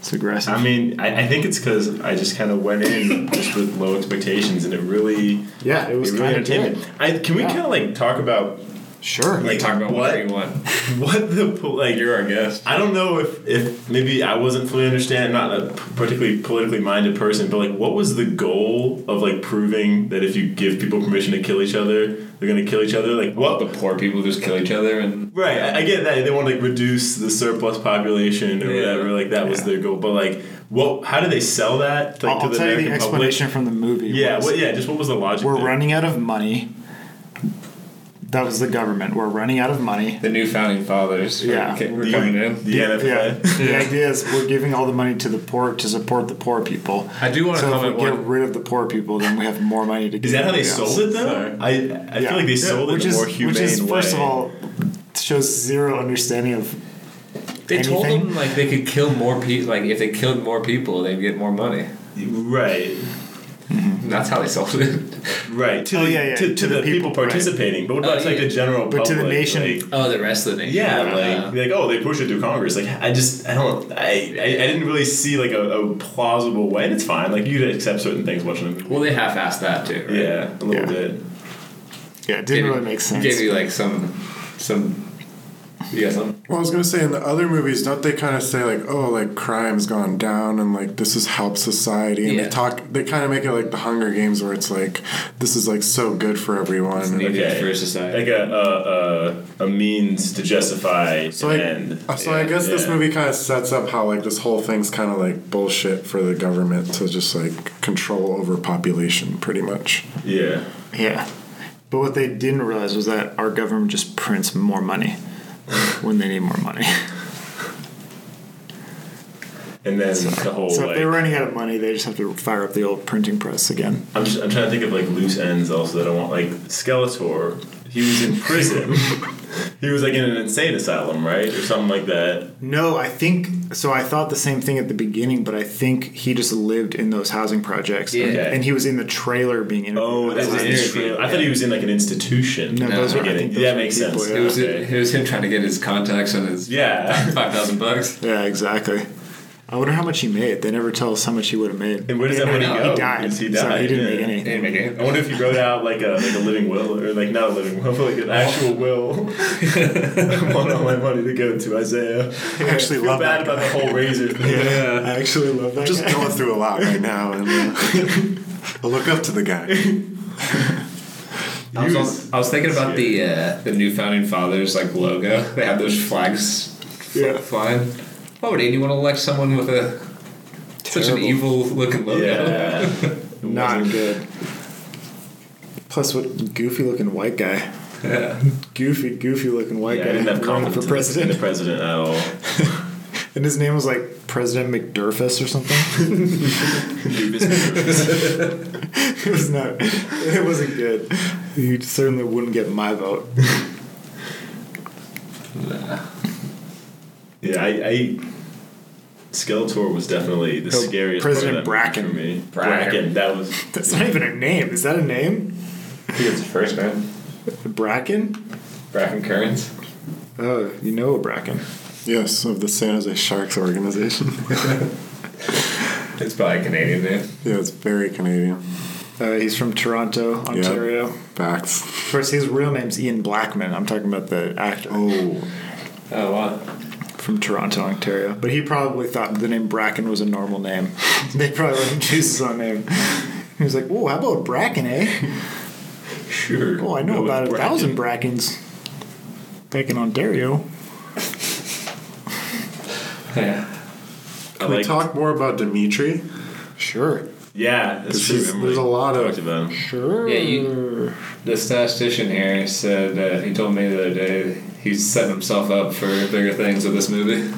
S1: It's aggressive.
S3: I mean, I, I think it's because I just kind of went in just with low expectations, and it really,
S1: yeah, it
S3: it
S1: was
S3: really
S1: kind of
S3: entertained
S1: good.
S3: me. I, can we
S1: Yeah.
S3: kind of like talk about
S1: Sure.
S2: Like, talk about
S3: what?
S2: whatever you want.
S3: what the po- like?
S2: You're our guest.
S3: I don't know if, if maybe I wasn't fully understanding. I'm not a p- particularly politically minded person, but like, what was the goal of like proving that if you give people permission to kill each other, they're gonna kill each other? Like, what?
S2: The poor people just kill each other and.
S3: Right, I, I get that they want to like reduce the surplus population or
S2: Yeah.
S3: whatever. Like that was their goal, but like, what? How do they sell that? Like,
S1: I'll, I'll
S3: to the
S1: tell you the
S3: American public?
S1: explanation from the movie.
S3: Yeah,
S1: was-
S3: what, yeah. Just what was the logic?
S1: we're
S3: there?
S1: running out of money. that was the government. We're running out of money.
S2: The new founding fathers. were-
S1: Yeah.
S2: ca- were
S3: The-
S2: coming in.
S3: The NFA.
S1: Yeah, the idea is we're giving all the money to the poor to support the poor people.
S2: I do wanna
S1: so
S2: comment
S1: if we
S2: one-
S1: get rid of the poor people, then we have more money to.
S3: Is that how they sold it
S6: Sorry.
S3: though? I I
S1: Yeah.
S3: feel like they sold it
S1: which
S3: in a
S1: is,
S3: more humane
S1: Which is,
S3: way.
S1: first of all, shows zero understanding of
S2: They told
S1: Anything?
S2: them like they could kill more people. Like if they killed more people, they'd get more money.
S3: right,
S2: That's how they sold it.
S3: right. To
S1: Oh,
S3: the,
S1: yeah, yeah,
S3: To, to, the, people,
S1: right.
S3: participating, but what about
S2: Oh,
S3: like
S2: yeah.
S3: the general
S1: But
S3: public?
S1: to the nation.
S3: like-
S2: Oh, the rest of the nation.
S3: Yeah,
S2: Uh,
S3: like like oh, they pushed it through Congress. Like I just I don't I I, I didn't really see like a, a plausible way. And it's fine. Like you'd accept certain things watching them.
S2: well, they half-assed that too. Right?
S3: Yeah, a little
S1: Yeah.
S3: bit.
S1: yeah, it didn't
S2: Gave you-
S1: really make sense.
S2: Gave you like some some. You got some.
S6: Well, I was gonna say in the other movies, don't they kind of say like, "Oh, like crime's gone down, and like this has helped society," and
S2: Yeah.
S6: they talk, they kind of make it like the Hunger Games, where it's like, "This is like so good for everyone." and
S2: needed.
S6: like-
S2: Yeah, for society.
S3: Like a uh, a, a, a means to justify
S6: so
S3: an
S6: like,
S3: end.
S6: uh, so I guess this
S3: Yeah.
S6: movie kind of sets up how like this whole thing's kind of like bullshit for the government to just like control over population, pretty much.
S3: Yeah.
S1: Yeah. But what they didn't realize was that our government just prints more money when they need more money.
S3: And then the whole
S1: so if
S3: Oh, like
S1: they're running out of money, they just have to fire up the old printing press again.
S3: I'm, just, I'm trying to think of like loose ends also that I want. Like Skeletor, he was in prison. he was like in an insane asylum, right, or something like that.
S1: No, I think so. I thought the same thing at the beginning, but I think he just lived in those housing projects.
S2: Yeah.
S3: Okay.
S1: And he was in the trailer being interviewed.
S3: Oh, that's
S2: was
S3: the
S2: an
S3: interview.
S2: interview,
S3: I thought
S2: yeah.
S3: he was in like an institution.
S1: No, those
S2: No,
S1: were, I
S3: okay.
S1: think
S3: Yeah,
S1: those were
S3: makes
S1: people,
S3: sense.
S1: yeah.
S2: It was
S3: Okay.
S2: it was him trying to get his contacts and his
S3: Yeah.
S2: five thousand bucks.
S1: Yeah, exactly. I wonder how much he made. They never tell us how much he would have made.
S3: And where does that money
S2: no,
S3: go?
S1: He died.
S3: Because He
S1: So
S3: died.
S1: he didn't
S3: yeah.
S1: make anything.
S2: Didn't make it.
S3: I wonder if he wrote out like a like a living will or like not a living will, but like an actual will. I want all my money to go to Isaiah.
S1: I actually
S3: feel
S1: love
S3: bad
S1: that.
S3: about the whole razor thing.
S1: guy. I actually love that.
S6: Just
S1: guy.
S6: going through a lot right now, and uh, I look up to the guy.
S2: I was,
S3: He
S2: on- I was thinking about the uh, the new founding fathers like logo. They have those flags fl-
S1: Yeah.
S2: flying. Why would anyone elect someone with a such an
S1: Terrible.
S2: evil looking logo?
S3: Yeah. It
S1: Not
S3: wasn't-
S1: good. Plus, what goofy looking white guy.
S2: Yeah.
S1: Goofy, goofy looking white
S3: Yeah, I
S1: guy.
S3: didn't have
S1: running
S3: confidence
S1: for
S3: in the- in the
S1: president.
S3: president at all.
S1: And his name was like President McDurfus or something. it was not, it wasn't good. You certainly wouldn't get my vote.
S3: yeah, I, I Skeletor was definitely the
S1: No,
S3: scariest
S1: President
S3: part of that
S1: Bracken.
S3: movie for me.
S2: Bracken.
S3: Bracken, that was
S1: That's not even a name. Is that a name?
S2: He gets the first name.
S1: Bracken?
S2: Bracken Currents.
S1: Oh, you know a Bracken.
S6: Yes, of the San Jose Sharks organization.
S2: It's probably a Canadian name.
S6: yeah, it's very Canadian.
S1: Uh, he's from Toronto, Ontario.
S6: Facts.
S1: Of course, his real name's Ian Blackman. I'm talking about the actor.
S6: Oh,
S2: Oh wow.
S1: from Toronto, Ontario. But he probably thought the name Bracken was a normal name. they probably let him choose his own name. He was like, "Whoa, how about Bracken, eh?
S3: sure.
S1: Oh, I know
S3: It was
S1: about a
S3: Bracken.
S1: thousand Brackens back in Ontario."
S2: Yeah.
S3: I
S6: Can we
S3: like-
S6: talk more about Dimitri?
S1: Sure,
S3: Yeah, that's true.
S6: There's-
S3: Remember,
S6: there's
S3: like,
S6: a lot of-
S3: talked about him.
S1: sure.
S2: Yeah, you- The statistician here said uh, he told me the other day he's setting himself up for bigger things with this movie.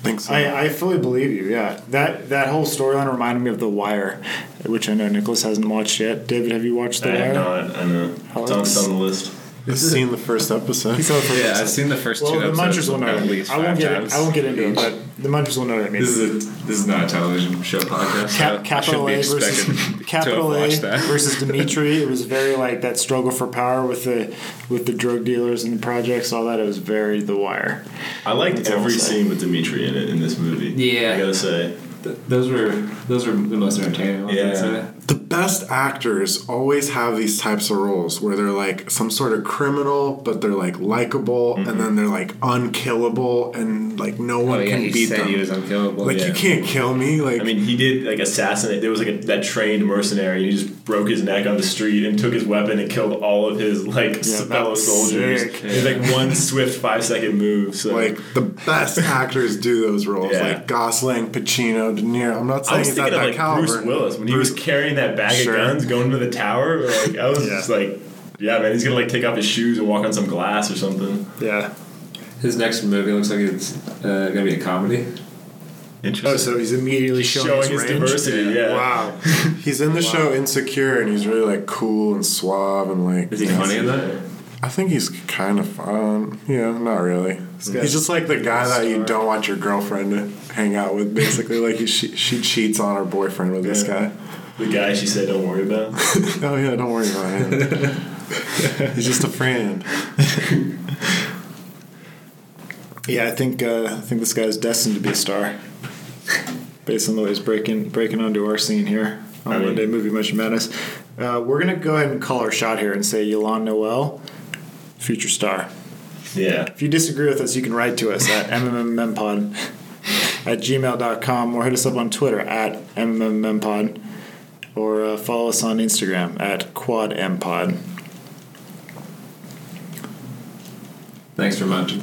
S6: Think so.
S1: I, uh, I fully believe you. Yeah, that that whole storyline reminded me of The Wire, which I know Nicholas hasn't watched yet. David, have you watched The
S3: I
S1: Wire?
S3: have not. I know.
S1: How
S3: It's on, it's
S1: is-
S3: on the list.
S6: I've seen the first episode.
S1: He saw the first
S2: Yeah, I've
S1: episode.
S2: seen the first
S1: Well,
S2: two
S1: the
S2: episodes.
S1: Munchers will know.
S2: at
S1: what I mean.
S2: least
S1: I won't
S2: five
S1: get
S2: times.
S1: it. I won't get into it, but the Munchers will know what I mean.
S2: This is a this is not a television show podcast.
S1: Cap,
S2: so
S1: capital
S2: I
S1: A
S2: shouldn't be expected
S1: versus capital
S2: to
S1: A
S2: have watched that.
S1: versus Dimitri. It was very like that struggle for power with the with the drug dealers and the projects, all that. It was very The Wire.
S3: I liked
S1: all
S3: every
S1: I'll say.
S3: scene with Dimitri in it in this movie.
S2: Yeah.
S3: I gotta say.
S2: Th- those were those were the most entertaining. ones,
S3: Yeah.
S2: I'd say.
S6: The best actors always have these types of roles where they're like some sort of criminal, but they're like likable, and then they're like unkillable, and like no one
S2: Oh, yeah,
S6: can
S2: he
S6: beat
S2: said
S6: them.
S2: he was unkillable.
S6: like
S2: yeah.
S6: you can't kill me. Like
S3: I mean, he did like assassinate. There was like a, that trained mercenary, and he just broke his neck on the street and took his weapon and killed all of his like s-
S1: that
S3: fellow
S1: was
S3: soldiers.
S1: sick.
S3: It was like one swift five second move. So
S6: like the best actors do those roles,
S3: Yeah.
S6: like Gosling, Pacino, De Niro. I'm
S3: I
S6: not saying
S3: was
S6: he's at
S3: thinking of
S6: that
S3: like
S6: caliber.
S3: Bruce Willis when he was
S6: Bruce-
S3: carrying that bag
S6: Sure.
S3: of guns going to the tower. Like I was
S1: Yeah.
S3: just like, Yeah, man, he's gonna like take off his shoes and walk on some glass or something.
S1: Yeah.
S2: His next movie looks like it's uh, gonna be a comedy.
S3: Interesting.
S1: Oh, so he's immediately showing,
S3: Showing his
S1: his, range.
S3: diversity, yeah.
S1: Wow.
S6: He's in the show Insecure, and he's really like cool and suave and like.
S2: Is he funny in that?
S6: I think he's kind of fun. Yeah, not really. He's just like the guy that you don't want your girlfriend to hang out with. Basically, like he, she she cheats on her boyfriend with this
S3: Yeah.
S6: guy.
S3: The guy she said don't worry about.
S6: Oh yeah, don't worry about him. he's just a friend.
S1: Yeah, I think uh, I think this guy is destined to be a star, based on the way he's breaking breaking onto our scene here on
S3: I mean-
S1: Monday Movie Much Madness. Uh, we're gonna go ahead and call our shot here and say Yolan Noel, future star.
S3: yeah.
S1: If you disagree with us, you can write to us at mmmpod at gmail.com or hit us up on Twitter at mmmpod or uh, follow us on Instagram at quadmpod.
S2: Thanks for much.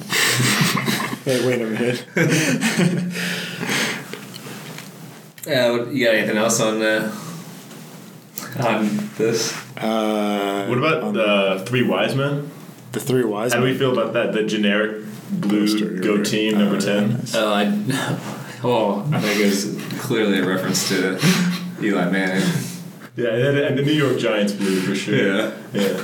S1: Hey, wait a minute.
S2: Yeah, Uh, what- you got anything else on uh, on Um, this?
S1: Uh,
S3: What about
S1: on
S3: the Three Wise Men?
S1: the three wise
S3: How do
S1: men?
S3: we feel about that? The generic blue go team number ten.
S2: Oh, I oh, I think it was clearly a reference to Eli Manning.
S3: Yeah, and, then- and the New York Giants blue for sure.
S2: Yeah.
S3: yeah.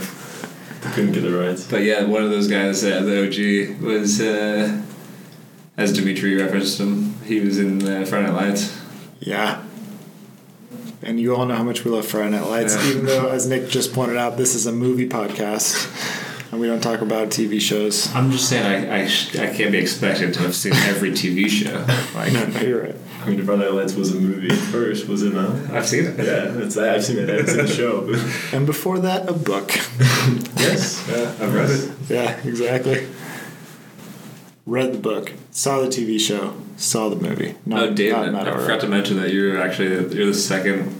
S3: They couldn't get the rights.
S2: But yeah, one of those guys, uh, the OG, was uh, as Dimitri referenced him. He was in uh, Friday Night Lights.
S1: Yeah. And you all know how much we love Friday Night Lights,
S2: Yeah.
S1: even though, as Nick just pointed out, this is a movie podcast and we don't talk about TV shows.
S2: I'm just saying, I I, sh- I can't be expected to have seen every TV show. Like
S1: You're right.
S3: I mean, Friday Night Lights was a movie at first, was it not?
S2: I've seen it.
S3: Yeah, that's I've seen it. I've seen the show.
S1: And before that, a book.
S3: yes, yeah, I've read it.
S1: yeah, exactly. Read the book, saw the TV show, saw the movie. Not,
S2: oh, David,
S1: not in that
S2: I
S1: order.
S2: forgot to mention that you're actually you're the second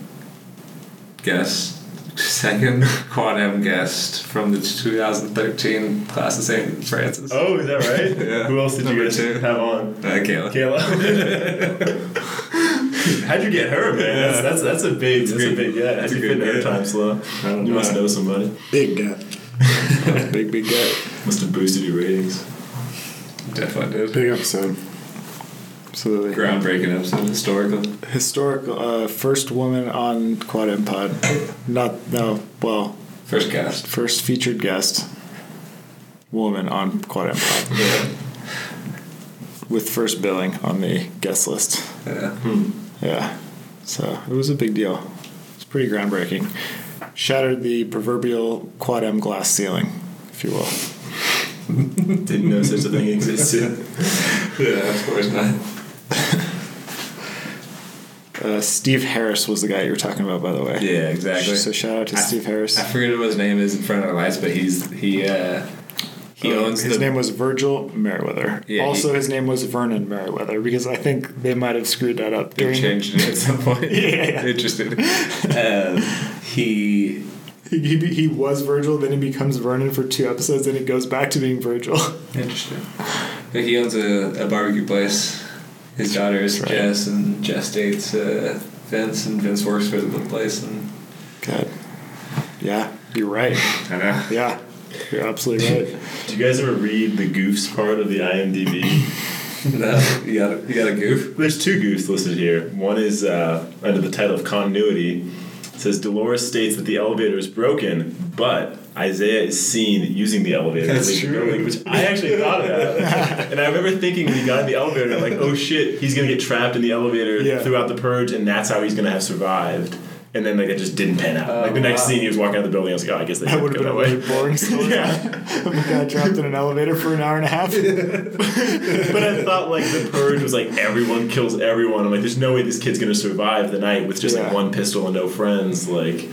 S2: guest, second quad M guest from the 2013 class of St. Francis.
S3: Oh, is that right?
S2: Yeah.
S3: Who else did you
S2: Number
S3: guys
S2: two.
S3: have on?
S2: Uh, Kayla.
S3: Kayla. How'd you get her, man? That's, that's that's a big that's a
S2: good.
S3: big yeah. How'd
S2: It's
S3: you
S2: a
S3: fit in
S2: good
S3: her
S2: bit.
S3: time slow? You must know somebody.
S1: Big guy. big, big guy.
S3: Must have boosted your ratings.
S2: Definitely did.
S6: Big episode.
S1: Absolutely.
S2: Groundbreaking episode, historical.
S1: Historical, uh, first woman on Quad M Pod. Not, no, well,
S2: First guest.
S1: First featured guest, woman on Quad Empire,
S2: Yeah.
S1: with first billing on the guest list.
S2: Yeah.
S1: Yeah, so it was a big deal. It's pretty groundbreaking. Shattered the proverbial Quad M glass ceiling, if you will.
S3: Didn't know such a thing existed.
S2: yeah, of course not.
S1: Uh, Steve Harris was the guy you were talking about, by the way.
S2: Yeah, exactly.
S1: So shout out to
S2: I-
S1: Steve Harris.
S2: I forget what his name is in front of the lights, but he's he uh he
S1: Uh,
S2: owns
S1: his
S2: the
S1: name was Virgil Merriweather.
S2: Yeah,
S1: also,
S2: he-
S1: his name was Vernon Merriweather because I think they might have screwed that up
S2: they
S1: during.
S2: changed it at some point.
S1: Yeah.
S2: Interesting. Um, he
S1: He, he, he was Virgil, then he becomes Vernon for two episodes, then he goes back to being Virgil.
S2: interesting. But he owns a, a barbecue place. His daughter is
S1: That's right.
S2: Jess, and Jess dates uh, Vince, and Vince works for the place. And
S1: God. Yeah, you're right.
S2: I know.
S1: Yeah, you're absolutely right.
S3: Did you guys ever read the goofs part of the IMDb?
S2: no, you got you got a goof.
S3: There's two goofs listed here. One is uh, under the title of continuity. It says Dolores states that the elevator is broken, but Isaiah is seen using the elevator to
S2: That's
S3: leave the
S2: true.
S3: building, which I actually thought about. and I remember thinking when he got in the elevator, like, oh shit, he's gonna get trapped in the elevator
S1: Yeah.
S3: throughout the purge, and that's how he's gonna have survived. And then like it just didn't pan out. like the next
S2: wow.
S3: scene, he was walking out of the building. I was like, oh, I guess they
S1: That
S3: didn't
S1: would have been a
S3: go Oh, that way.
S1: really boring story.
S3: Oh, Yeah.
S1: Of a guy trapped in an elevator for an hour and a half.
S3: but I thought like the purge was like everyone kills everyone. I'm like, there's no way this kid's gonna survive the night with just
S1: Yeah.
S3: like one pistol and no friends. Like,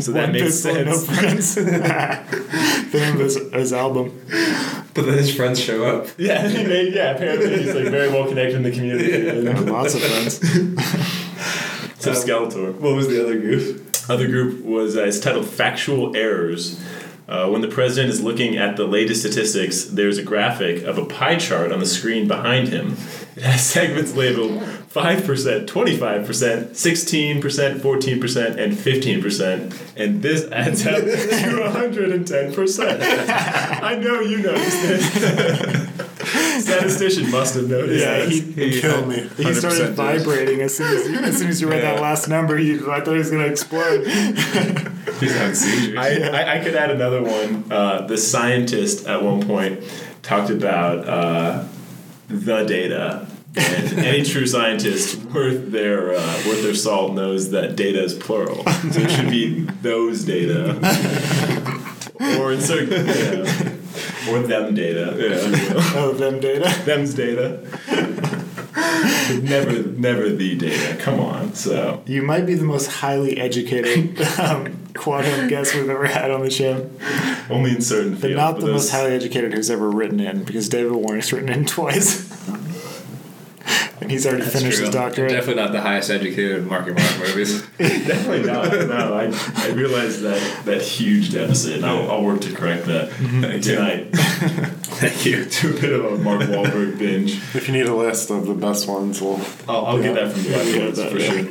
S3: so that
S1: One
S3: makes
S1: pistol and
S3: sense.
S1: No friends. Thing of his, his album.
S2: But then his friends show up.
S3: Yeah, he made, yeah. Apparently, he's like very well connected in the community.
S1: Yeah, Um,
S3: And
S1: lots of friends.
S3: so Skeletor. What was the other group? Other group was uh, it's titled "Factual Errors." Uh, when the president is looking at the latest statistics, there's a graphic of a pie chart on the screen behind him. It has segments labeled 5%, 25%, 16%, 14%, and 15%. And this adds up to 110%. I know you noticed this. Statistician must have noticed
S1: Yeah,
S3: this.
S1: he,
S6: Kill me.
S1: he started
S7: 100% does.
S1: vibrating as soon as, as soon as you read that last number. He, I thought he was gonna explode.
S7: He's having seizures.
S3: I, I, I could add another one. Uh, the scientist at one point talked about uh, the data. And any true scientist worth their uh, worth their salt knows that data is plural, so it should be those data, or insert you know, or them data, if you will.
S1: oh, them data.
S3: them's data. never, never the data. Come on, so
S1: You might be the most highly educated um, quantum guest we've ever had on the show,
S3: only in certain
S1: but
S3: fields.
S1: not the
S3: but
S1: most
S3: those-
S1: highly educated who's ever written in, because David Warnick's written in twice, and he's already finished his doctorate.
S2: Definitely not the highest educated Marky Mark movies.
S3: Definitely not. No, I, I realize that that huge deficit. and I'll, I'll work to correct that tonight. Thank you. Mm-hmm. To a bit of a Mark Wahlberg binge.
S6: If you need a list of the best ones, we'll.
S3: I'll, I'll get that from you afterwards for sure.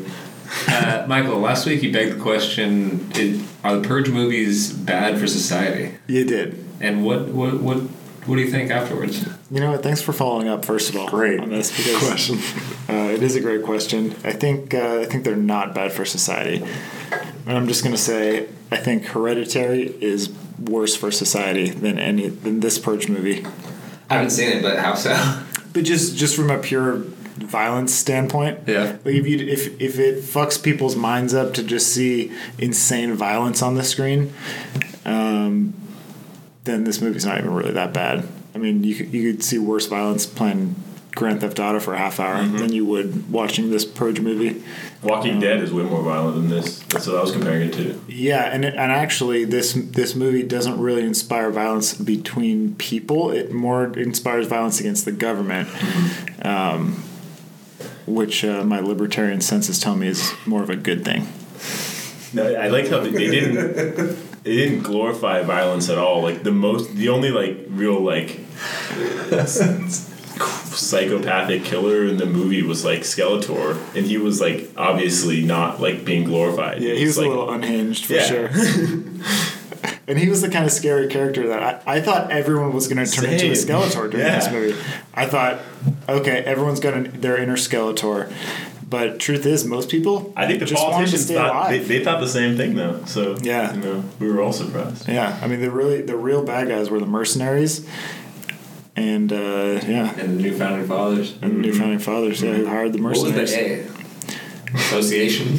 S2: Uh, Michael, last week you begged the question: is, Are the Purge movies bad for society?
S1: You did.
S2: And what what what what do you think afterwards?
S1: You know what? Thanks for following up. First of all,
S6: Great
S1: on this because
S6: question.
S1: Uh, it is a great question. I think uh, I think they're not bad for society, and I'm just going to say I think Hereditary is worse for society than any than this Purge movie.
S2: I haven't seen it, but how so?
S1: But just just from a pure violence standpoint,
S2: Yeah.
S1: Like if you if if it fucks people's minds up to just see insane violence on the screen, um, then this movie's not even really that bad. I mean, you could, you could see worse violence playing Grand Theft Auto for a half hour than you would watching this Purge movie.
S3: Walking Dead is way more violent than this. That's what I was comparing it to.
S1: Yeah, and it, and actually, this this movie doesn't really inspire violence between people. It more inspires violence against the government,
S3: Mm-hmm.
S1: um, which uh, my libertarian senses tell me is more of a good thing.
S3: No, I like how they, they didn't they didn't glorify violence at all. Like the most, the only like real like psychopathic killer in the movie was like Skeletor, and he was like obviously not like being glorified.
S1: Yeah, he was
S3: like
S1: a little unhinged for
S3: Yeah.
S1: sure. and he was the kind of scary character that I, I thought everyone was going to turn into a
S3: Same.
S1: Skeletor during this
S3: Yeah.
S1: movie. I thought, okay, everyone's got an, their inner Skeletor. But truth is, most people
S3: I think the
S1: just wanted to
S3: politicians
S1: stay
S3: thought they,
S1: alive.
S3: they thought the same thing though. So
S1: Yeah.
S3: you know, we were all surprised.
S1: Yeah, I mean the really the real bad guys were the mercenaries, and uh, yeah,
S2: And the New Founding Fathers.
S1: and the
S3: Mm-hmm.
S1: new founding fathers yeah, who hired the
S2: What was
S1: mercenaries.
S2: the A? Association.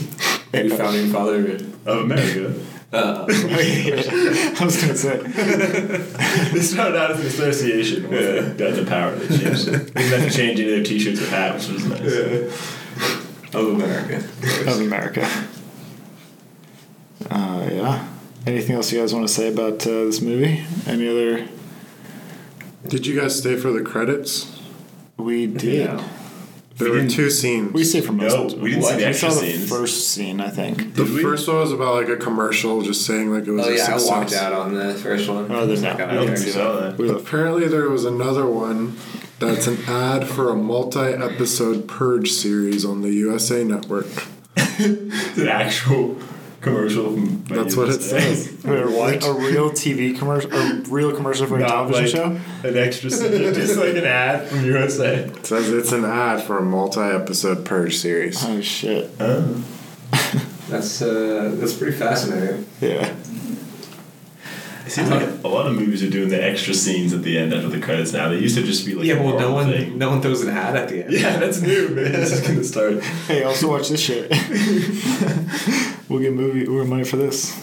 S2: New Founding Father.
S3: Of America,
S2: Uh,
S1: I was gonna say
S3: they started out as an association. Once they got the power, they changed it. They didn't have to change any of their T-shirts or hats, which was nice.
S2: of America.
S1: of America. Uh, yeah. Anything else you guys want to say about uh, this movie? Any other?
S6: Did you guys stay for the credits?
S1: We did.
S6: There were two scenes.
S1: We stayed for most.
S3: No, we didn't see
S2: What?
S1: we
S3: the extra
S1: saw the
S3: scenes.
S1: first scene, I think.
S6: the
S3: did we?
S6: first one was about like a commercial, just saying like it was
S2: Oh
S6: a
S2: yeah,
S6: success.
S2: I walked out on the first one.
S1: Oh, there's
S2: Like,
S1: no-
S2: I
S3: I don't
S2: don't
S3: think
S2: care.
S3: we saw that.
S1: We left.
S6: Apparently, there was another one that's an ad for a multi-episode Purge series on the USA Network.
S3: It's an actual commercial. From by
S6: That's what it
S3: USA.
S6: says.
S1: A, a real TV commercial, a real commercial for a
S3: Not
S1: television
S3: like
S1: show.
S3: an extra, scene, just like an ad from USA.
S6: It says it's an ad for a multi-episode Purge series.
S1: Oh shit!
S2: That's uh, that's pretty fascinating.
S1: Yeah.
S3: It seems like a lot of movies are doing the extra scenes at the end after the credits now. They used to just be like,
S2: Yeah,
S3: a
S2: well, no
S3: normal
S2: one
S3: thing.
S2: no one throws an ad at the end.
S3: Yeah, that's new, man. This is gonna start.
S1: Hey, also watch this shit. we'll get movie. We'll get money for this.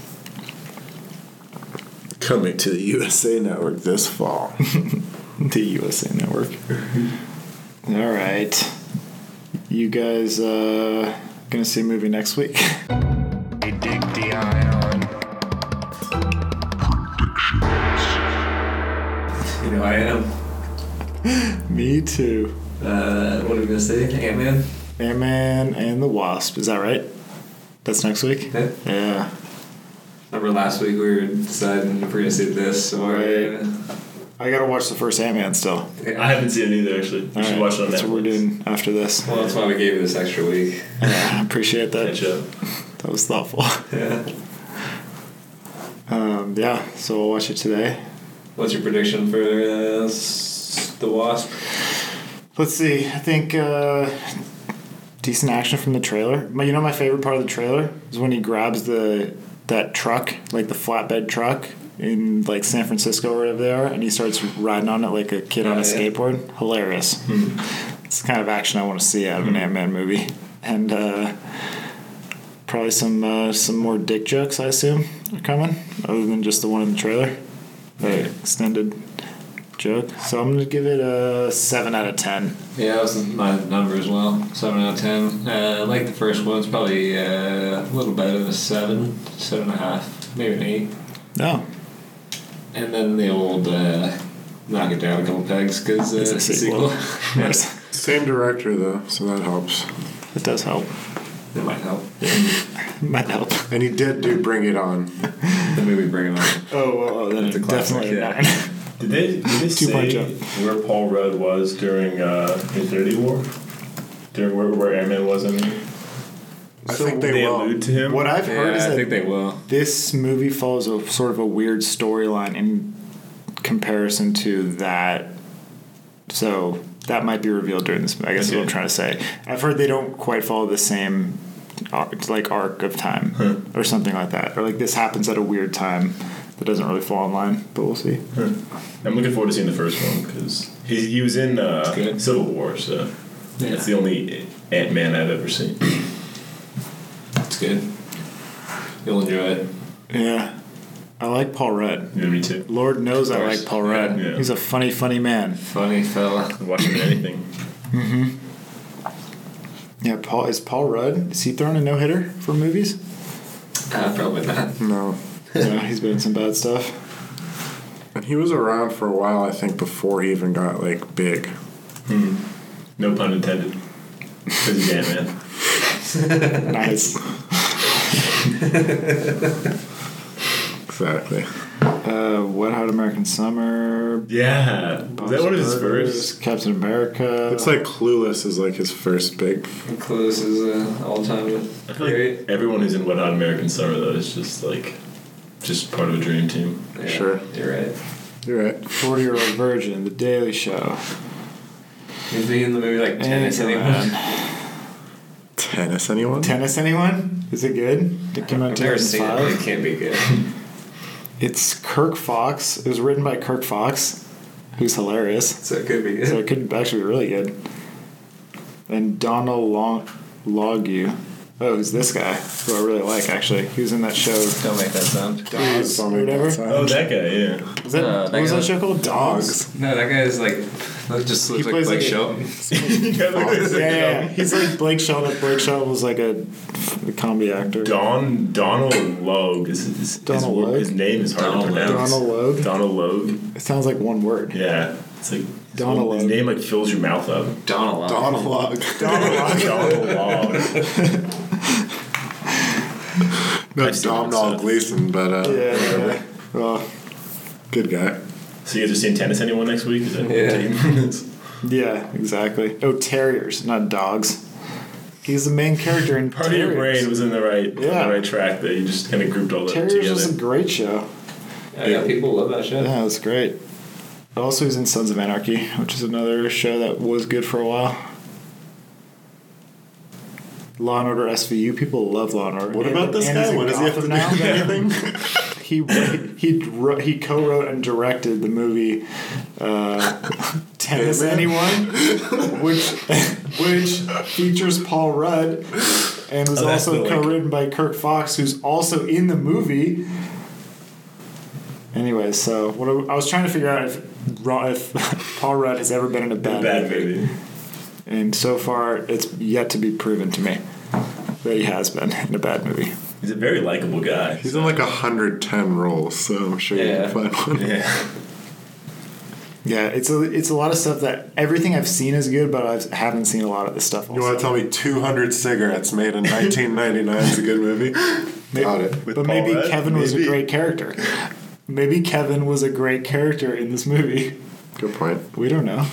S6: Coming to the USA Network this fall.
S1: The USA Network. All right, you guys uh, gonna see a movie next week?
S2: You know, I am.
S1: Me too.
S2: Uh, what are we gonna say? Ant Man.
S1: Ant Man and the Wasp. Is that right? That's next week.
S2: Yeah.
S1: Yeah.
S2: Remember last week we were deciding if we're gonna see this or uh,
S1: Right. I gotta watch the first Ant Man still.
S3: I haven't seen it either, actually. You should
S1: Alright,
S3: watch it on
S1: That's what we're
S3: Netflix.
S1: doing after this.
S2: Well, that's why we gave you this extra week.
S1: I appreciate that.
S3: Catch up.
S1: That was thoughtful.
S2: Yeah.
S1: Um, yeah, so we'll watch it today.
S2: What's your prediction for uh, s- the Wasp?
S1: Let's see. I think uh, decent action from the trailer. My, you know, my favorite part of the trailer is when he grabs the that truck, like the flatbed truck in like San Francisco or wherever they are, and he starts riding on it like a kid on a
S2: Yeah, yeah.
S1: skateboard. Hilarious. It's the kind of action I want to see out of an Ant Man movie, and uh, probably some uh, some more dick jokes I assume are coming, other than just the one in the trailer, the extended joke. So I'm gonna give it a seven out of ten.
S2: Yeah, that was my number as well. Seven out of ten. Uh, like the first one, it's probably uh, a little better than a seven, seven and a half, maybe an eight.
S1: No,
S2: And then the old uh, knock it down a couple pegs because uh,
S1: It's a
S2: it's a
S1: sequel.
S2: sequel. yes,
S6: Same director though, so that helps.
S1: it does help.
S2: that might help.
S1: Might help.
S6: And he did do Bring It On.
S2: The movie Bring Him On.
S1: Oh, well, oh then
S2: It's a classic,
S1: definitely a
S2: yeah.
S1: nine.
S3: Did they, did they
S1: Two-part
S3: say
S1: jump.
S6: oh.
S3: where Paul Rudd was during uh, Infinity War? During where, where Airman was, I mean?
S6: I
S1: So
S6: think they,
S3: they
S6: will.
S3: allude to him?
S1: What I've heard is
S2: Yeah, I
S1: that
S2: think they will.
S1: this movie follows a sort of a weird storyline in comparison to that. So that might be revealed during this. I guess is what I'm
S3: Okay.
S1: trying to say. I've heard they don't quite follow the same arc, like arc of time or something like that, or like this happens at a weird time that doesn't really fall in line. But we'll see.
S3: I'm looking forward to seeing the first one because he, he was in uh,
S2: good.
S3: Civil War, so
S2: Yeah.
S3: that's the only Ant Man I've ever seen.
S2: It's good. You'll enjoy it.
S1: Yeah, I like Paul Rudd.
S3: Yeah, me too.
S1: Lord knows I
S2: course.
S1: like Paul Rudd.
S3: Yeah.
S1: He's a funny, funny man.
S2: Funny fella.
S3: Watching anything.
S1: Yeah, Paul is Paul Rudd. Is he throwing a no hitter for movies?
S2: Uh, probably not.
S1: Hmm.
S6: No.
S1: yeah, he's been in some bad stuff.
S6: And he was around for a while, I think, before he even got like big.
S3: No pun intended. Because he's Ant Man.
S1: Nice.
S6: Exactly.
S1: Uh, Wet Hot American Summer.
S3: Yeah. Is that one of his first?
S1: Captain America.
S6: It's like Clueless is like his first big.
S2: Clueless is uh, all time
S3: I feel
S2: great.
S3: like everyone who's in Wet Hot American Summer though is just like, just part of a dream team.
S2: Yeah,
S6: Sure.
S2: You're right.
S6: You're right.
S1: Forty Year Old Virgin, The Daily Show.
S2: Is he in the movie like tennis
S1: Anchorman.
S2: anyone?
S6: Tennis, anyone?
S1: Tennis? Anyone? Is it good? It came out in
S2: I've never seen it. but It
S1: 2005.
S2: can't be good.
S1: It's Kirk Fox. It was written by Kirk Fox, who's hilarious.
S2: So it could be
S1: So
S2: good.
S1: it could actually be really good. And Donald Long Logue. Oh, who's this guy? Who I really like actually. He was in that show.
S2: Don't make that sound.
S1: Dogs
S6: Please don't
S1: or
S6: make that
S1: whatever.
S6: sound.
S3: Oh, that guy. Yeah.
S1: Was that,
S2: Uh,
S1: what was that
S2: Megalodon.
S1: show called? Dogs.
S2: No, that guy is like. That just looks like
S1: plays
S2: Blake
S1: like a-
S2: Shelton.
S3: You guys look like-
S1: Yeah, yeah, yeah. he's like Blake Shelton. Blake Shelton was like a, a comedy actor.
S3: Don Donald Logue. Is, is, is-
S1: Donald
S3: his,
S1: Logue?
S3: name is hard
S2: Donald
S3: to pronounce.
S1: Donald Logue.
S3: Donald Logue.
S1: It sounds like one word.
S3: Yeah. It's like his
S1: Donald
S3: whole- His
S1: Logue.
S3: name like fills your mouth up.
S2: Donald.
S6: Monologue.
S3: Donald Logue.
S6: No,
S3: I've seen that
S6: Domhnall
S3: stuff.
S6: Gleeson, but uh,
S1: Yeah, yeah, yeah. Well,
S6: good guy.
S3: So you guys are seeing tennis anyone next week? Is that
S2: Yeah.
S1: yeah, exactly. Oh, terriers, not dogs. He's the main character in
S3: Part
S1: Terriers.
S3: of your brain was in the right
S1: Yeah.
S3: on the right track that you just kind of grouped all that
S1: Terriers was a
S3: together.
S1: great show.
S2: Yeah, yeah, people love that shit.
S1: Yeah, it was great. Also, he's in Sons of Anarchy, which is another show that was good for a while. Law and Order SVU. People love Law and Order.
S6: What
S1: And-
S6: about this
S1: and he's
S6: guy?
S1: in
S6: What does he have to
S1: Gotham
S6: do
S1: now?
S6: with anything?
S1: he he wrote, he co-wrote and directed the movie uh, Tennis
S6: Ant-Man?
S1: Anyone, which which features Paul Rudd and was
S3: Oh, that's
S1: also
S3: the link.
S1: co-written by Kurt Fox, who's also in the movie. Anyway, so what I I was trying to figure out if Ro- if Paul Rudd has ever been in a bad,
S3: Bad
S1: movie.
S3: movie.
S1: and so far it's yet to be proven to me that he has been in a bad movie.
S3: He's a very likable guy.
S6: He's in like 110 roles, so I'm sure
S2: Yeah.
S6: you can find one.
S3: Yeah.
S1: Yeah, it's a it's a lot of stuff that everything I've seen is good, but I haven't seen a lot of this stuff.
S6: You
S1: Also.
S6: want to tell me 200 cigarettes made in 1999 is a good movie? Got it.
S1: but maybe
S3: Paul Rudd?
S1: Kevin was a
S3: Maybe.
S1: great character. Maybe Kevin was a great character in this movie.
S6: Good point.
S1: We don't know.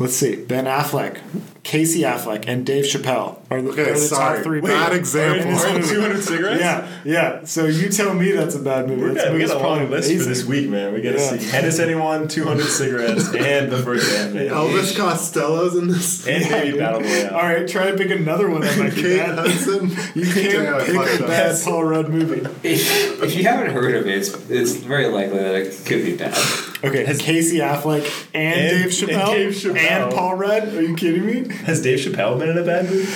S1: Let's see. Ben Affleck, Casey Affleck, and Dave Chappelle are the,
S6: Okay,
S1: are the
S6: sorry.
S1: top three.
S6: Wait, Bad
S1: bad
S6: example.
S1: Are in this
S3: Two
S1: movie.
S3: hundred cigarettes.
S1: Yeah, yeah. So you tell me that's a bad movie.
S3: We're
S1: This
S3: gonna, we
S1: movie's
S3: got a long
S1: probably
S3: list for
S1: amazing.
S3: this week, man. We gotta
S1: Yeah.
S3: see Hennis Anyone, 200 cigarettes, and the first anime.
S6: Elvis Costello's in this.
S3: And
S1: Yeah,
S3: maybe
S1: dude.
S3: Battle Royale.
S1: All right, try to pick another one that might be
S6: Kate
S1: bad.
S6: Hudson.
S1: You can't pick a bad Paul Rudd movie.
S2: If, if you haven't heard of it, it's, it's very likely that it could be bad.
S1: Okay, Casey Affleck and,
S3: And-
S1: Dave Chappelle
S3: and Dave Chappelle.
S1: and Paul Rudd. Are you kidding me?
S3: Has Dave Chappelle been in a bad movie?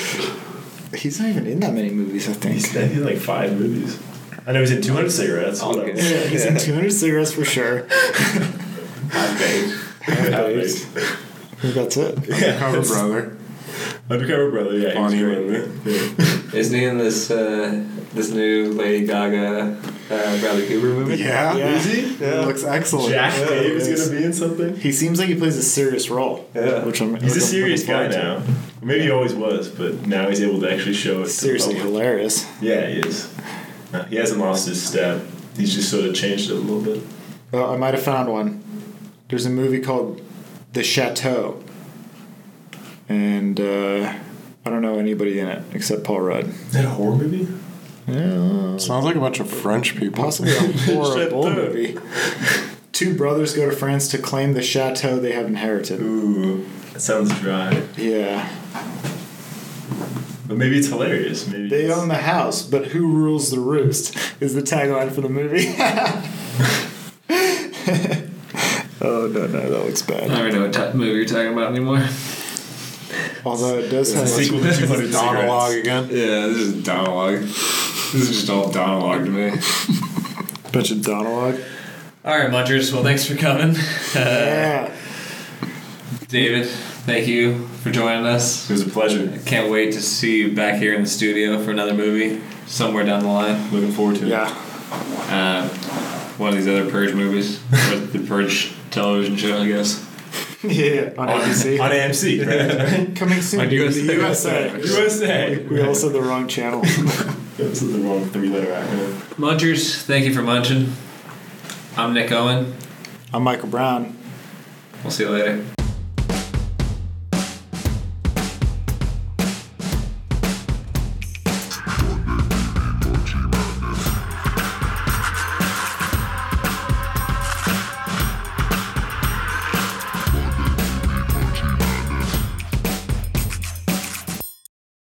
S1: He's not even in that many movies. I think.
S3: He's been in like five movies. I know he's in 200 cigarettes.
S2: All
S3: whatever.
S2: good.
S1: Yeah, he's in 200 cigarettes for sure.
S2: Half baked.
S3: Half-Baked.
S1: I think that's it.
S6: Undercover brother.
S3: Undercover Brother, yeah. he was
S6: Bonnie
S3: great.
S6: Raitt.
S3: Yeah.
S2: Isn't he in this uh, this new Lady Gaga uh, Bradley Cooper movie?
S6: Yeah.
S1: Yeah.
S6: Is he?
S3: Yeah.
S6: Looks excellent.
S3: Jack
S6: Yeah,
S3: Dave
S6: it
S3: is
S6: is.
S3: gonna be in something.
S1: He seems like he plays a serious role.
S2: Yeah.
S1: Which I'm,
S3: He's
S1: which
S3: a
S1: I'm
S3: serious
S1: looking
S3: guy
S1: forward to.
S3: now. Maybe he always was, but now he's able to actually show it. to the
S1: Seriously
S3: public.
S1: hilarious.
S3: Yeah, he is. Uh, he hasn't lost his step. He's just sort of changed it a little bit.
S1: Oh, I might have found one. There's a movie called The Chateau. And uh, I don't know anybody in it except Paul Rudd.
S3: Is that a horror movie?
S1: Yeah,
S6: Sounds like a bunch of French people.
S1: possibly a horrible
S3: Chateau.
S1: movie. Two brothers go to France to claim the chateau they have inherited.
S3: Ooh, that sounds dry.
S1: Yeah.
S3: But maybe it's hilarious. Maybe
S1: They
S3: it's-
S1: own the house, but who rules the roost is the tagline for the movie. oh, no, no, that looks
S2: I
S1: bad.
S2: don't even know what type of movie you're talking about anymore.
S1: Although it does have.
S3: It's a sequel to 200
S6: Monologue
S3: cigarettes.
S6: again.
S2: Yeah, this is dialogue. This is just all dialogue to me.
S1: bunch of Donalog.
S2: All right, Munchers. Well, thanks for coming. Uh,
S1: Yeah.
S2: David, thank you for joining us.
S3: It was a pleasure.
S2: Can't wait to see you back here in the studio for another movie somewhere down the line.
S3: Looking forward to it.
S1: Yeah.
S2: Uh, one of these other Purge movies, or the Purge television show, I guess.
S1: Yeah. On
S3: On
S1: ABC.
S3: AMC. Right?
S1: Coming soon
S2: On
S1: to
S2: USA.
S1: the USA.
S3: USA.
S1: We all said the wrong channel.
S3: That's the wrong three-letter acronym.
S2: Munchers, thank you for munching. I'm Nick Owen.
S1: I'm Michael Brown.
S2: We'll see you later.